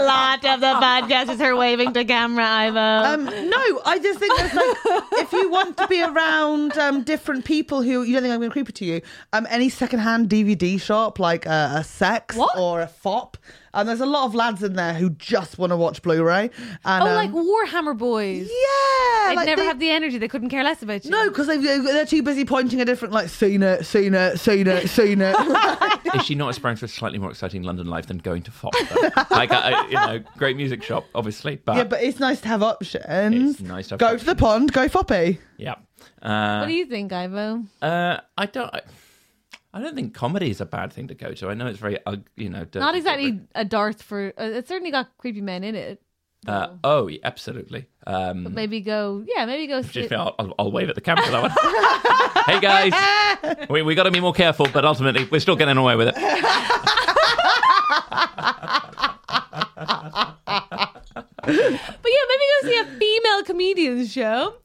Speaker 1: lot of the podcast is her waving to camera, Ivo.
Speaker 2: Um, no, I just think that's like if you want to be around um, different people who you don't think I'm going to creepy to you, um, any secondhand DVD shop like uh, a Sex
Speaker 1: What?
Speaker 2: or a Fop, and there's a lot of lads in there who just want to watch Blu-ray. And,
Speaker 1: oh, like
Speaker 2: um,
Speaker 1: Warhammer boys.
Speaker 2: yeah,
Speaker 1: They'd
Speaker 2: like
Speaker 1: never
Speaker 2: they-
Speaker 1: have the energy. They couldn't care less about you.
Speaker 2: no, because they're too busy pointing a different like seen it, seen it, seen it, seen it.
Speaker 1: [laughs]
Speaker 4: is she not aspiring to a slightly more exciting London life than going to Fox? though? like, I, I- you know, great music shop, obviously, but
Speaker 2: yeah, but it's nice to have options.
Speaker 4: It's nice to have
Speaker 2: go to
Speaker 4: options.
Speaker 2: the pond, go foppy.
Speaker 4: yeah.
Speaker 1: What
Speaker 4: Uh,
Speaker 1: do you think, Ivo?
Speaker 4: uh, I don't. I, I don't think comedy is a bad thing to go to. I know it's very, ug- you know, dirty,
Speaker 1: Not exactly a Darth for. Uh, it's certainly got creepy men in it.
Speaker 4: Uh, oh, yeah, absolutely. Um,
Speaker 1: Maybe go. Yeah, maybe go.
Speaker 4: Just,
Speaker 1: Sit,
Speaker 4: I'll, I'll- I'll wave at the camera for that one. [laughs] hey guys,
Speaker 1: [laughs]
Speaker 4: we we got to be more careful, but ultimately we're still getting away with it.
Speaker 1: but yeah, maybe go see a female comedians show.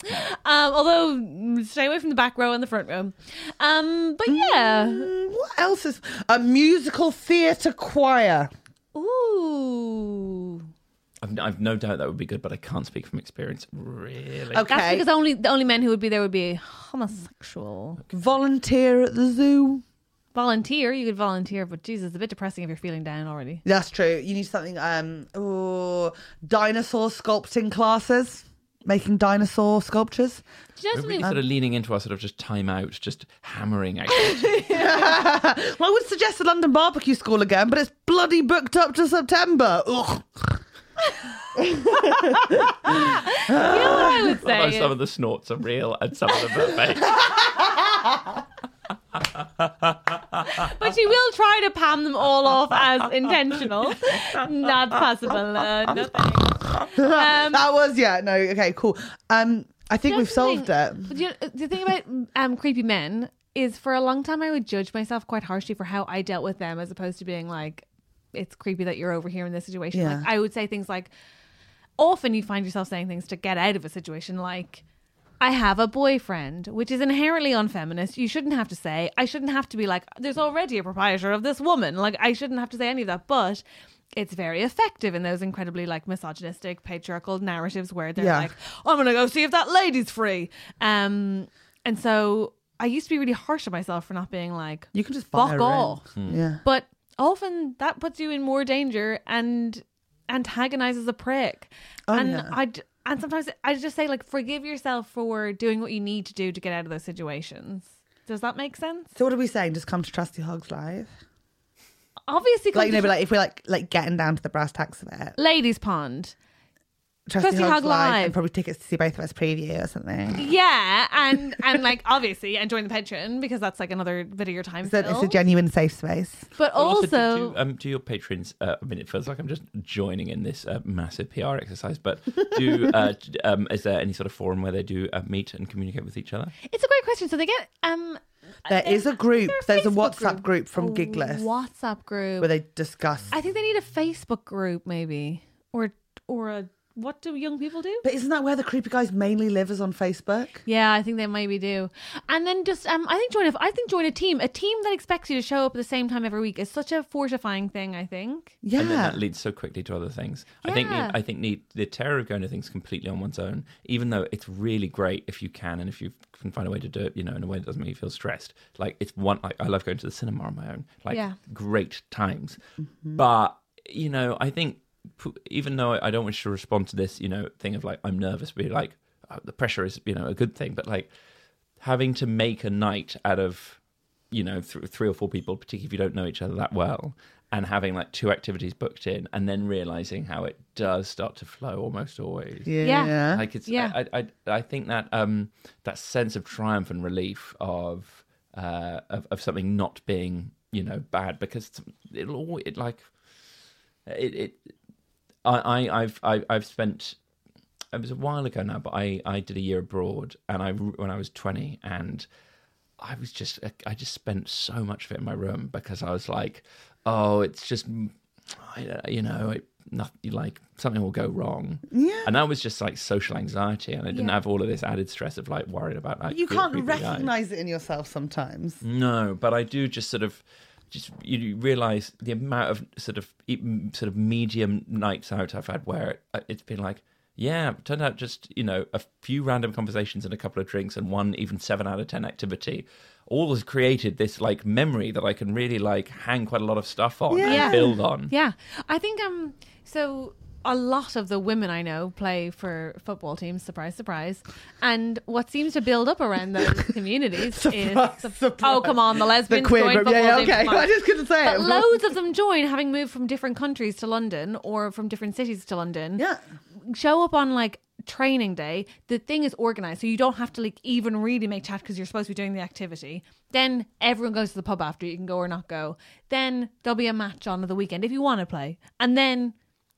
Speaker 1: Um, although mm, stay away from the back row and the front row. Um, but yeah.
Speaker 2: Mm, What else is a musical theatre choir?
Speaker 1: Mm. Ooh.
Speaker 4: I've, I've no doubt that would be good, but I can't speak from experience. Really,
Speaker 2: Okay,
Speaker 1: That's because only the only men who would be there would be homosexual.
Speaker 2: volunteer at the zoo.
Speaker 1: Volunteer, you could volunteer, but Jesus, it's a bit depressing if you're feeling down already.
Speaker 2: That's true. You need something. Um, oh, dinosaur sculpting classes, making dinosaur sculptures.
Speaker 1: Do you know
Speaker 4: we're really
Speaker 1: something?
Speaker 4: sort of leaning into our sort of just time out, just
Speaker 1: [laughs]
Speaker 4: hammering activity.
Speaker 2: Well, I would suggest the London Barbecue School again, but it's bloody booked up to September. Ugh.
Speaker 1: you know [laughs] what I would say?
Speaker 4: Although
Speaker 1: is-
Speaker 4: some of the snorts are real and some of them are fake.
Speaker 1: But she will try to palm them all off as intentional. Not possible. Uh, no thanks. um,
Speaker 2: That was yeah. No, okay, cool. Um, I think we've
Speaker 1: that's the thing-
Speaker 2: solved it.
Speaker 1: But you know, the thing about um, creepy men is, for a long time, I would judge myself quite harshly for how I dealt with them, as opposed to being like, "It's creepy that you're over here in this situation."
Speaker 2: Yeah.
Speaker 1: Like, I would say things like, often you find yourself saying things to get out of a situation, like. I have a boyfriend, which is inherently unfeminist. You shouldn't have to say. I shouldn't have to be like, there's already a proprietor of this woman. Like, I shouldn't have to say any of that. But it's very effective in those incredibly like misogynistic patriarchal narratives where they're
Speaker 2: Yeah.
Speaker 1: like, I'm gonna go see if that lady's free. Um, and so I used to be really harsh on myself for not being like,
Speaker 2: You can just fire
Speaker 1: fuck
Speaker 2: in.
Speaker 1: off.
Speaker 2: Yeah.
Speaker 1: But often that puts you in more danger and antagonizes a prick. and
Speaker 2: Oh, yeah.
Speaker 1: I d- and sometimes I just say like, forgive yourself for doing what you need to do to get out of those situations. Does that make sense?
Speaker 2: So what are we saying? Just come to Trusty Hogs Live.
Speaker 1: Obviously,
Speaker 2: Like you know,
Speaker 1: come to
Speaker 2: but like if we're like like getting down to the brass tacks of it.
Speaker 1: ladies' pond.
Speaker 2: Trusty,
Speaker 1: Trusty
Speaker 2: Hogs,
Speaker 1: Hog
Speaker 2: Live,
Speaker 1: Live.
Speaker 2: and probably tickets to see both of us preview or something.
Speaker 1: Yeah, and and like [laughs] obviously, and join the Patreon because that's like another bit of your time.
Speaker 2: It's a, it's a
Speaker 1: still.
Speaker 2: genuine safe space.
Speaker 1: but
Speaker 4: But
Speaker 1: also,
Speaker 4: do, do, um, do your patrons. Uh, I mean, it feels like I'm just joining in this uh, massive PR exercise. But do uh, d- um, is there any sort of forum where they do uh, meet and communicate with each other?
Speaker 1: It's a great question. So they get um.
Speaker 2: There is a group.
Speaker 1: there
Speaker 2: There's a
Speaker 1: Facebook
Speaker 2: WhatsApp group from
Speaker 1: A
Speaker 2: Gigless.
Speaker 1: WhatsApp group.
Speaker 2: where they discuss.
Speaker 1: I think they need a Facebook group, maybe, or or a what do young people do?
Speaker 2: But isn't that where the creepy guys mainly live? Is on Facebook?
Speaker 1: Yeah, I think they maybe do. And then just, um, I think join a, I think join a team. A team that expects you to show up at the same time every week is such a fortifying thing. I think.
Speaker 2: Yeah.
Speaker 4: And then that leads so quickly to other things. I think
Speaker 1: Yeah.
Speaker 4: the, I think the, the terror of going to things completely on one's own, even though it's really great if you can and if you can find a way to do it, you know, in a way that doesn't make you feel stressed. Like it's one. Like I love going to the cinema on my own. Like
Speaker 1: Yeah. Mm-hmm.
Speaker 4: great times. But you know, I think p- even though I don't wish to respond to this, you know, thing of like I'm nervous, be like uh, the pressure is you know a good thing, but like having to make a night out of you know th- three or four people particularly if you don't know each other that well and having like two activities booked in and then realizing how it does start to flow almost always
Speaker 1: Yeah.
Speaker 4: like it's
Speaker 1: Yeah.
Speaker 4: I, I i think that um that sense of triumph and relief of uh of, of something not being you know bad because it'll always it like it, it I, I I've I, I've spent it was a while ago now, but I I did a year abroad, and I when I was twenty, and I was just I just spent so much of it in my room because I was like, oh, it's just I- you know it. Not, like something will go wrong, yeah. And that was just like social anxiety, and I didn't
Speaker 1: Yeah.
Speaker 4: have all of this added stress of like worrying about like
Speaker 2: You
Speaker 4: the
Speaker 2: can't
Speaker 4: creepy Mm-hmm. guy.
Speaker 2: recognize it in yourself sometimes.
Speaker 4: No, but I do just sort of just you realize the amount of sort of even sort of medium nights out I've had where it, it's been like yeah it turned out just you know a few random conversations and a couple of drinks and one even 7 out of 10 activity all has created this like memory that I can really like hang quite a lot of stuff on
Speaker 1: Yeah.
Speaker 4: and build on
Speaker 1: Yeah, I think um so a lot of the women I know play for football teams. Surprise, surprise! And what seems to build up around those
Speaker 2: [laughs]
Speaker 1: communities
Speaker 2: Surprise,
Speaker 1: is the,
Speaker 2: surprise.
Speaker 1: oh come on the lesbians
Speaker 2: queer
Speaker 1: join
Speaker 2: group.
Speaker 1: football
Speaker 2: Yeah,
Speaker 1: teams,
Speaker 2: yeah, okay. [laughs]
Speaker 1: come on.
Speaker 2: I just couldn't say
Speaker 1: But
Speaker 2: it.
Speaker 1: loads of them join having moved from different countries to London or from different cities to London.
Speaker 2: Yeah.
Speaker 1: show up on like training day the thing is organized so you don't have to like even really make chat because you're supposed to be doing the activity then everyone goes to the pub after you can go or not go then there'll be a match on at the weekend if you want to play and then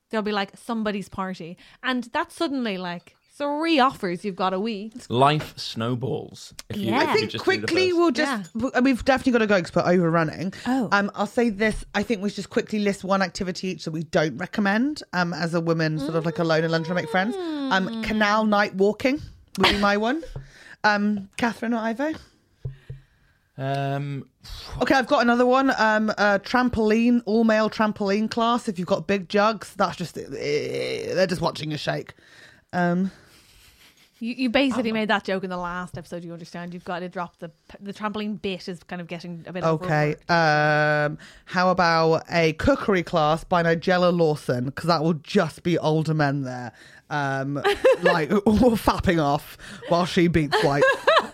Speaker 1: there'll be like somebody's party and that's suddenly like three offers you've got a week
Speaker 4: life snowballs if you,
Speaker 1: Yeah.
Speaker 4: if
Speaker 1: I
Speaker 4: you
Speaker 2: I think
Speaker 4: just do the
Speaker 2: quickly
Speaker 4: first-
Speaker 2: we'll just w- we've definitely got to go because we're overrunning.
Speaker 1: Oh.
Speaker 2: Um, I'll say this. I think we should just quickly list one activity each that we don't recommend. Um, as a woman, sort of like alone and learn to make friends. Um, canal night walking would be my one. Um, Catherine or Ivo?
Speaker 4: um
Speaker 2: Okay, I've got another one. Um, uh, trampoline, all male trampoline class. If you've got big jugs, that's just eh, they're just watching you shake. Um,
Speaker 1: you, you basically made that joke in the last episode you understand you've got to drop the the trampoline bit is kind of getting a bit
Speaker 2: Okay.
Speaker 1: overworked.
Speaker 2: Um, how about a cookery class by Nigella Lawson? Because that will just be older men there, um, like all fapping off while she beats white.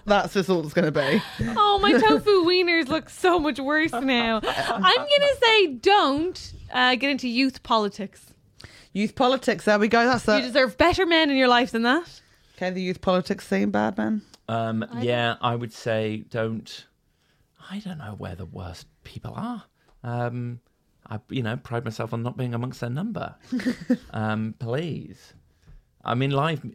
Speaker 2: That's just all it's going to be.
Speaker 1: Oh, my tofu wieners look so much worse now. I'm gonna say don't uh, get into youth politics.
Speaker 2: Youth politics. There we go. That's
Speaker 1: You
Speaker 2: it.
Speaker 1: deserve better men in your life than that.
Speaker 2: Okay, the youth politics scene, bad man.
Speaker 4: Um, yeah, I would say don't. I don't know where the worst people are. Um, I, you know, pride myself on not being amongst their number. um, please, I mean, live. mu-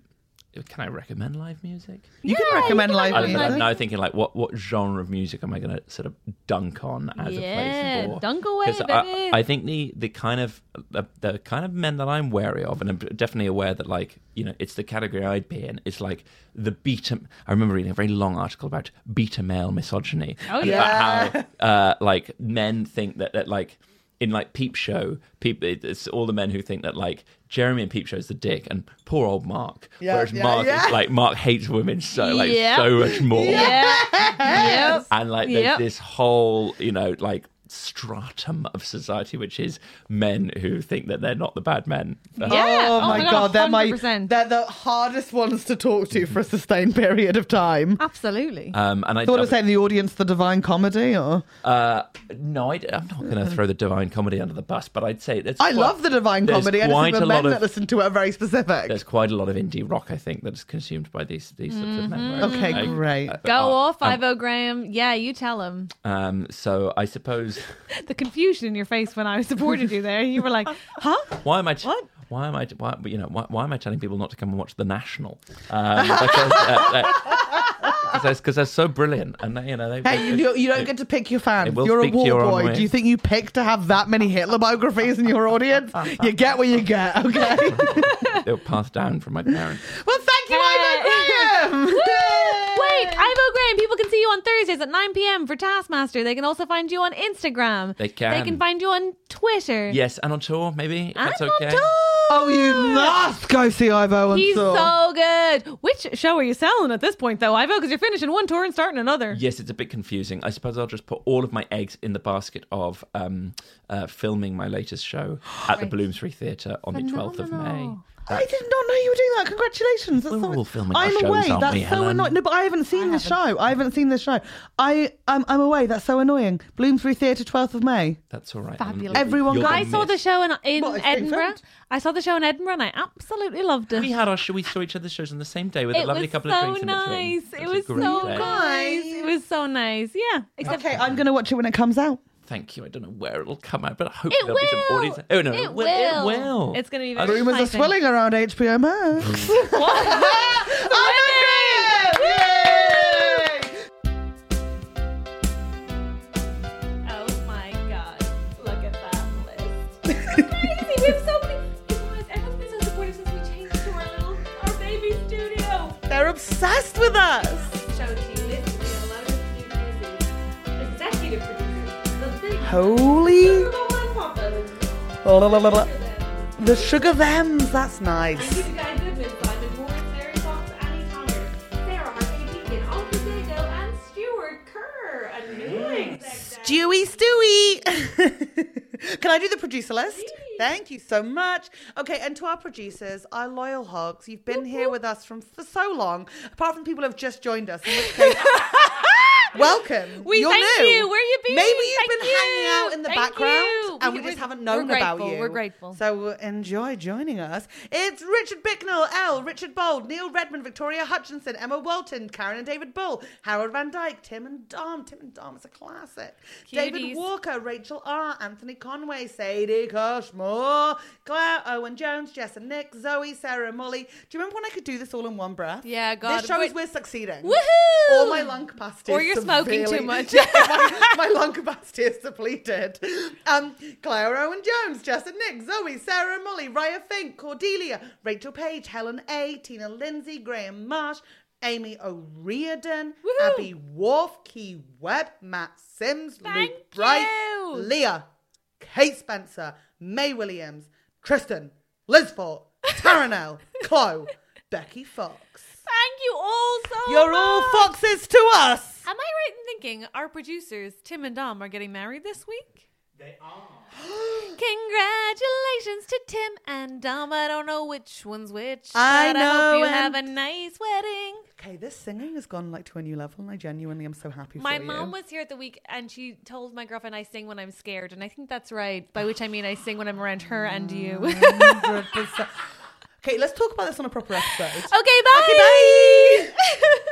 Speaker 4: Can I recommend live music?
Speaker 2: You can recommend live
Speaker 4: I,
Speaker 2: music.
Speaker 4: I'm now thinking like, what what genre of music am I going to sort of dunk on as a
Speaker 1: Yeah,
Speaker 4: place for?
Speaker 1: dunk away,
Speaker 4: 'Cause I,
Speaker 1: baby.
Speaker 4: I think the the kind of the, the kind of men that I'm wary of, and I'm definitely aware that like you know, it's the category I'd be in. It's like the beta. I remember reading a very long article about beta male misogyny.
Speaker 1: Oh,
Speaker 4: and About how uh, like men think that that like. In like Peep Show, peep, it's all the men who think that like Jeremy and Peep Show is the dick, and poor old Mark.
Speaker 2: Yeah,
Speaker 4: whereas
Speaker 2: yeah,
Speaker 4: Mark
Speaker 2: yeah.
Speaker 4: is like Mark hates women so like
Speaker 1: Yeah.
Speaker 4: so much more.
Speaker 1: Yeah. Yep.
Speaker 4: And like there's
Speaker 1: Yep.
Speaker 4: this whole, you know, like stratum of society which is men who think that they're not the bad men. Uh,
Speaker 1: Yeah.
Speaker 2: Oh, my god, they're my
Speaker 1: 100%.
Speaker 2: they're the hardest ones to talk to for a sustained period of time.
Speaker 1: Absolutely.
Speaker 4: Um, and I
Speaker 2: Thought of saying the audience, the divine comedy, or
Speaker 4: uh, no, I, am not going to throw the divine comedy under the bus, but I'd say it's.
Speaker 2: I love the divine
Speaker 4: there's
Speaker 2: comedy. I just
Speaker 4: quite
Speaker 2: think the
Speaker 4: a
Speaker 2: men
Speaker 4: lot
Speaker 2: that
Speaker 4: of-
Speaker 2: listen to it are very specific.
Speaker 4: There's quite a lot of indie rock, I think, that's consumed by these these sorts of men. where it's
Speaker 2: Mm-hmm. Okay, great.
Speaker 1: Go
Speaker 4: uh,
Speaker 1: off, Ivo Graham. Yeah, you tell him.
Speaker 4: Um, so I suppose
Speaker 1: The confusion in your face when I [laughs] supported you there. You were like, huh?
Speaker 4: Why am I? T-
Speaker 1: What?
Speaker 4: Why am I? T- why, you know, why, why am I telling people not to come and watch The National? Um, because, uh, uh, because they're so brilliant, and they, you know they.
Speaker 2: Hey, you, you, you don't get to pick your fans.
Speaker 4: will
Speaker 2: You're a
Speaker 4: speak to
Speaker 2: war
Speaker 4: your own
Speaker 2: boy.
Speaker 4: way.
Speaker 2: Do you think you pick to have that many Hitler biographies in your
Speaker 4: [laughs]
Speaker 2: audience? you get what you get, okay?
Speaker 4: they were passed down from my parents.
Speaker 2: well, thank you, Ivo Graham.
Speaker 1: Wait, Ivo Graham. People can see you on Thursdays at 9 p.m. for Taskmaster. They can also find you on Instagram.
Speaker 4: They can.
Speaker 1: They can find you on Twitter.
Speaker 4: Yes, and on tour maybe. if That's
Speaker 1: I'm
Speaker 4: okay.
Speaker 1: on tour.
Speaker 2: Oh, you must go see Ivo and
Speaker 1: He's
Speaker 2: Saul.
Speaker 1: so good. Which show are you selling at this point, though, Ivo? Because you're finishing one tour and starting another.
Speaker 4: Yes, it's a bit confusing. I suppose I'll just put all of my eggs in the basket of um, uh, filming my latest
Speaker 1: [gasps]
Speaker 4: show at the Bloomsbury Theatre on the 12th of May.
Speaker 1: Phenomenal.
Speaker 2: I did not know you were doing that. Congratulations. That's
Speaker 4: We're
Speaker 2: so-
Speaker 4: all filming our
Speaker 2: I'm
Speaker 4: shows,
Speaker 2: away.
Speaker 4: aren't
Speaker 2: That's
Speaker 4: we,
Speaker 2: so
Speaker 4: Helen?
Speaker 2: annoying. No, but I haven't seen the show. I haven't seen the show. I um, I'm away. That's so annoying. Bloomsbury Theatre, 12th of May.
Speaker 4: That's all right.
Speaker 1: Fabulous.
Speaker 2: Everyone
Speaker 4: you'll
Speaker 2: go-
Speaker 4: be
Speaker 1: I saw the
Speaker 4: missed.
Speaker 1: show in, in
Speaker 2: What, it's been
Speaker 1: Edinburgh.
Speaker 2: filmed?
Speaker 1: I saw the show in Edinburgh and I absolutely loved it.
Speaker 4: We had our show. We saw each other's shows on the same day with
Speaker 1: it
Speaker 4: a lovely
Speaker 1: was
Speaker 4: couple
Speaker 1: so
Speaker 4: of drinks in
Speaker 1: nice.
Speaker 4: between.
Speaker 1: It
Speaker 4: a
Speaker 1: was so
Speaker 4: great day.
Speaker 1: nice. It was so nice. Yeah. Except
Speaker 2: Okay, I'm going to watch it when it comes out.
Speaker 4: Thank you. I don't know where it'll come out, but I hope
Speaker 1: It
Speaker 4: there'll be some
Speaker 1: will.
Speaker 4: audience. Oh no,
Speaker 1: It
Speaker 4: it will. It
Speaker 1: will.
Speaker 4: will.
Speaker 1: It's gonna be
Speaker 4: I
Speaker 1: very
Speaker 4: don't-
Speaker 2: Rumors are
Speaker 1: Exciting.
Speaker 2: swirling around HBO Max.
Speaker 4: [laughs]
Speaker 2: Ivo Graham! Yay!
Speaker 1: Oh my god. Look at that list. Crazy. We have so many. You guys, everyone's been so supportive since we changed to our little, our baby studio.
Speaker 2: They're obsessed with us.
Speaker 1: Show to you. Listen to you. A lot of you busy. Executive producer. The big.
Speaker 2: Holy.
Speaker 1: You're the one, Papa.
Speaker 2: La, la, la, la, la.
Speaker 1: You're the-
Speaker 2: The sugar thems. That's
Speaker 1: And
Speaker 2: nice.
Speaker 1: you guys did miss Simon Moore, Larry Fox, Annie Thomas, Sarah Harvey Deacon, Uncle Dago, and Stuart Kerr. Amazing.
Speaker 2: Stewie, [laughs] Stewie. Can I do the producer list? Thank you so much. Okay, and to our producers, our loyal hogs, you've been here with us from for so long. Apart from people who have just joined us, in which
Speaker 1: [laughs]
Speaker 2: case, welcome.
Speaker 1: We
Speaker 2: You're
Speaker 1: thank
Speaker 2: new.
Speaker 1: you. Where you been?
Speaker 2: Maybe you've
Speaker 1: Thank
Speaker 2: been hanging
Speaker 1: you.
Speaker 2: out in the
Speaker 1: Thank
Speaker 2: background,
Speaker 1: you.
Speaker 2: and
Speaker 1: We-
Speaker 2: we, just
Speaker 1: we're-
Speaker 2: haven't known
Speaker 1: we're
Speaker 2: about
Speaker 1: grateful.
Speaker 2: you.
Speaker 1: We're grateful.
Speaker 2: So uh, enjoy joining us. It's Richard Bicknell, L, Richard Bold, Neil Redmond, Victoria Hutchinson, Emma Walton, Karen and David Bull, Harold Van Dyke, Tim and Dom. Tim and Dom is a classic.
Speaker 1: Cuties.
Speaker 2: David Walker, Rachel R, Anthony Conway, Sadie Cushmore, Claire Owen Jones, Jess and Nick, Zoe, Sarah and Molly. Do you remember when I could do this all in one breath?
Speaker 1: Yeah, God,
Speaker 2: This shows
Speaker 1: but-
Speaker 2: we're succeeding.
Speaker 1: Woohoo!
Speaker 2: All my lung capacity.
Speaker 1: Or
Speaker 2: is
Speaker 1: you're smoking too
Speaker 2: severely-
Speaker 1: much. [laughs]
Speaker 2: [laughs] Yeah, my, my lung capacity is depleted. Um, Claire Owen Jones, Jess and Nick, Zoe, Sarah and Molly, Raya Fink, Cordelia, Rachel Page, Helen A, Tina Lindsay, Graham Marsh, Amy O'Riordan,
Speaker 1: Woohoo!
Speaker 2: Abby Wharf, Key Webb, Matt Sims,
Speaker 1: Thank
Speaker 2: Luke Bright,
Speaker 1: you.
Speaker 2: Leah, Kate Spencer, May Williams, Tristan, Liz Fort,
Speaker 1: [laughs]
Speaker 2: Taranel, Chloe, Becky Fox.
Speaker 1: Thank you all so
Speaker 2: You're all
Speaker 1: much.
Speaker 2: foxes to us.
Speaker 1: Am I right in thinking our producers, Tim and Dom, are getting married this week? [gasps] They are. Congratulations to Tim and Dom. I don't know which one's which.
Speaker 2: I
Speaker 1: but I hope
Speaker 2: know,
Speaker 1: you have a
Speaker 2: and-
Speaker 1: nice wedding.
Speaker 2: Okay, this singing has gone like to a new level, and I genuinely am so happy
Speaker 1: My
Speaker 2: for you.
Speaker 1: mom was here at the week and she told my girlfriend I sing when I'm scared. And I think that's right. By which I mean I sing when I'm around her and you. okay, bye.
Speaker 2: Ah.
Speaker 1: [laughs]
Speaker 2: 100%. okay, let's talk about this on a proper episode.
Speaker 1: Okay, bye.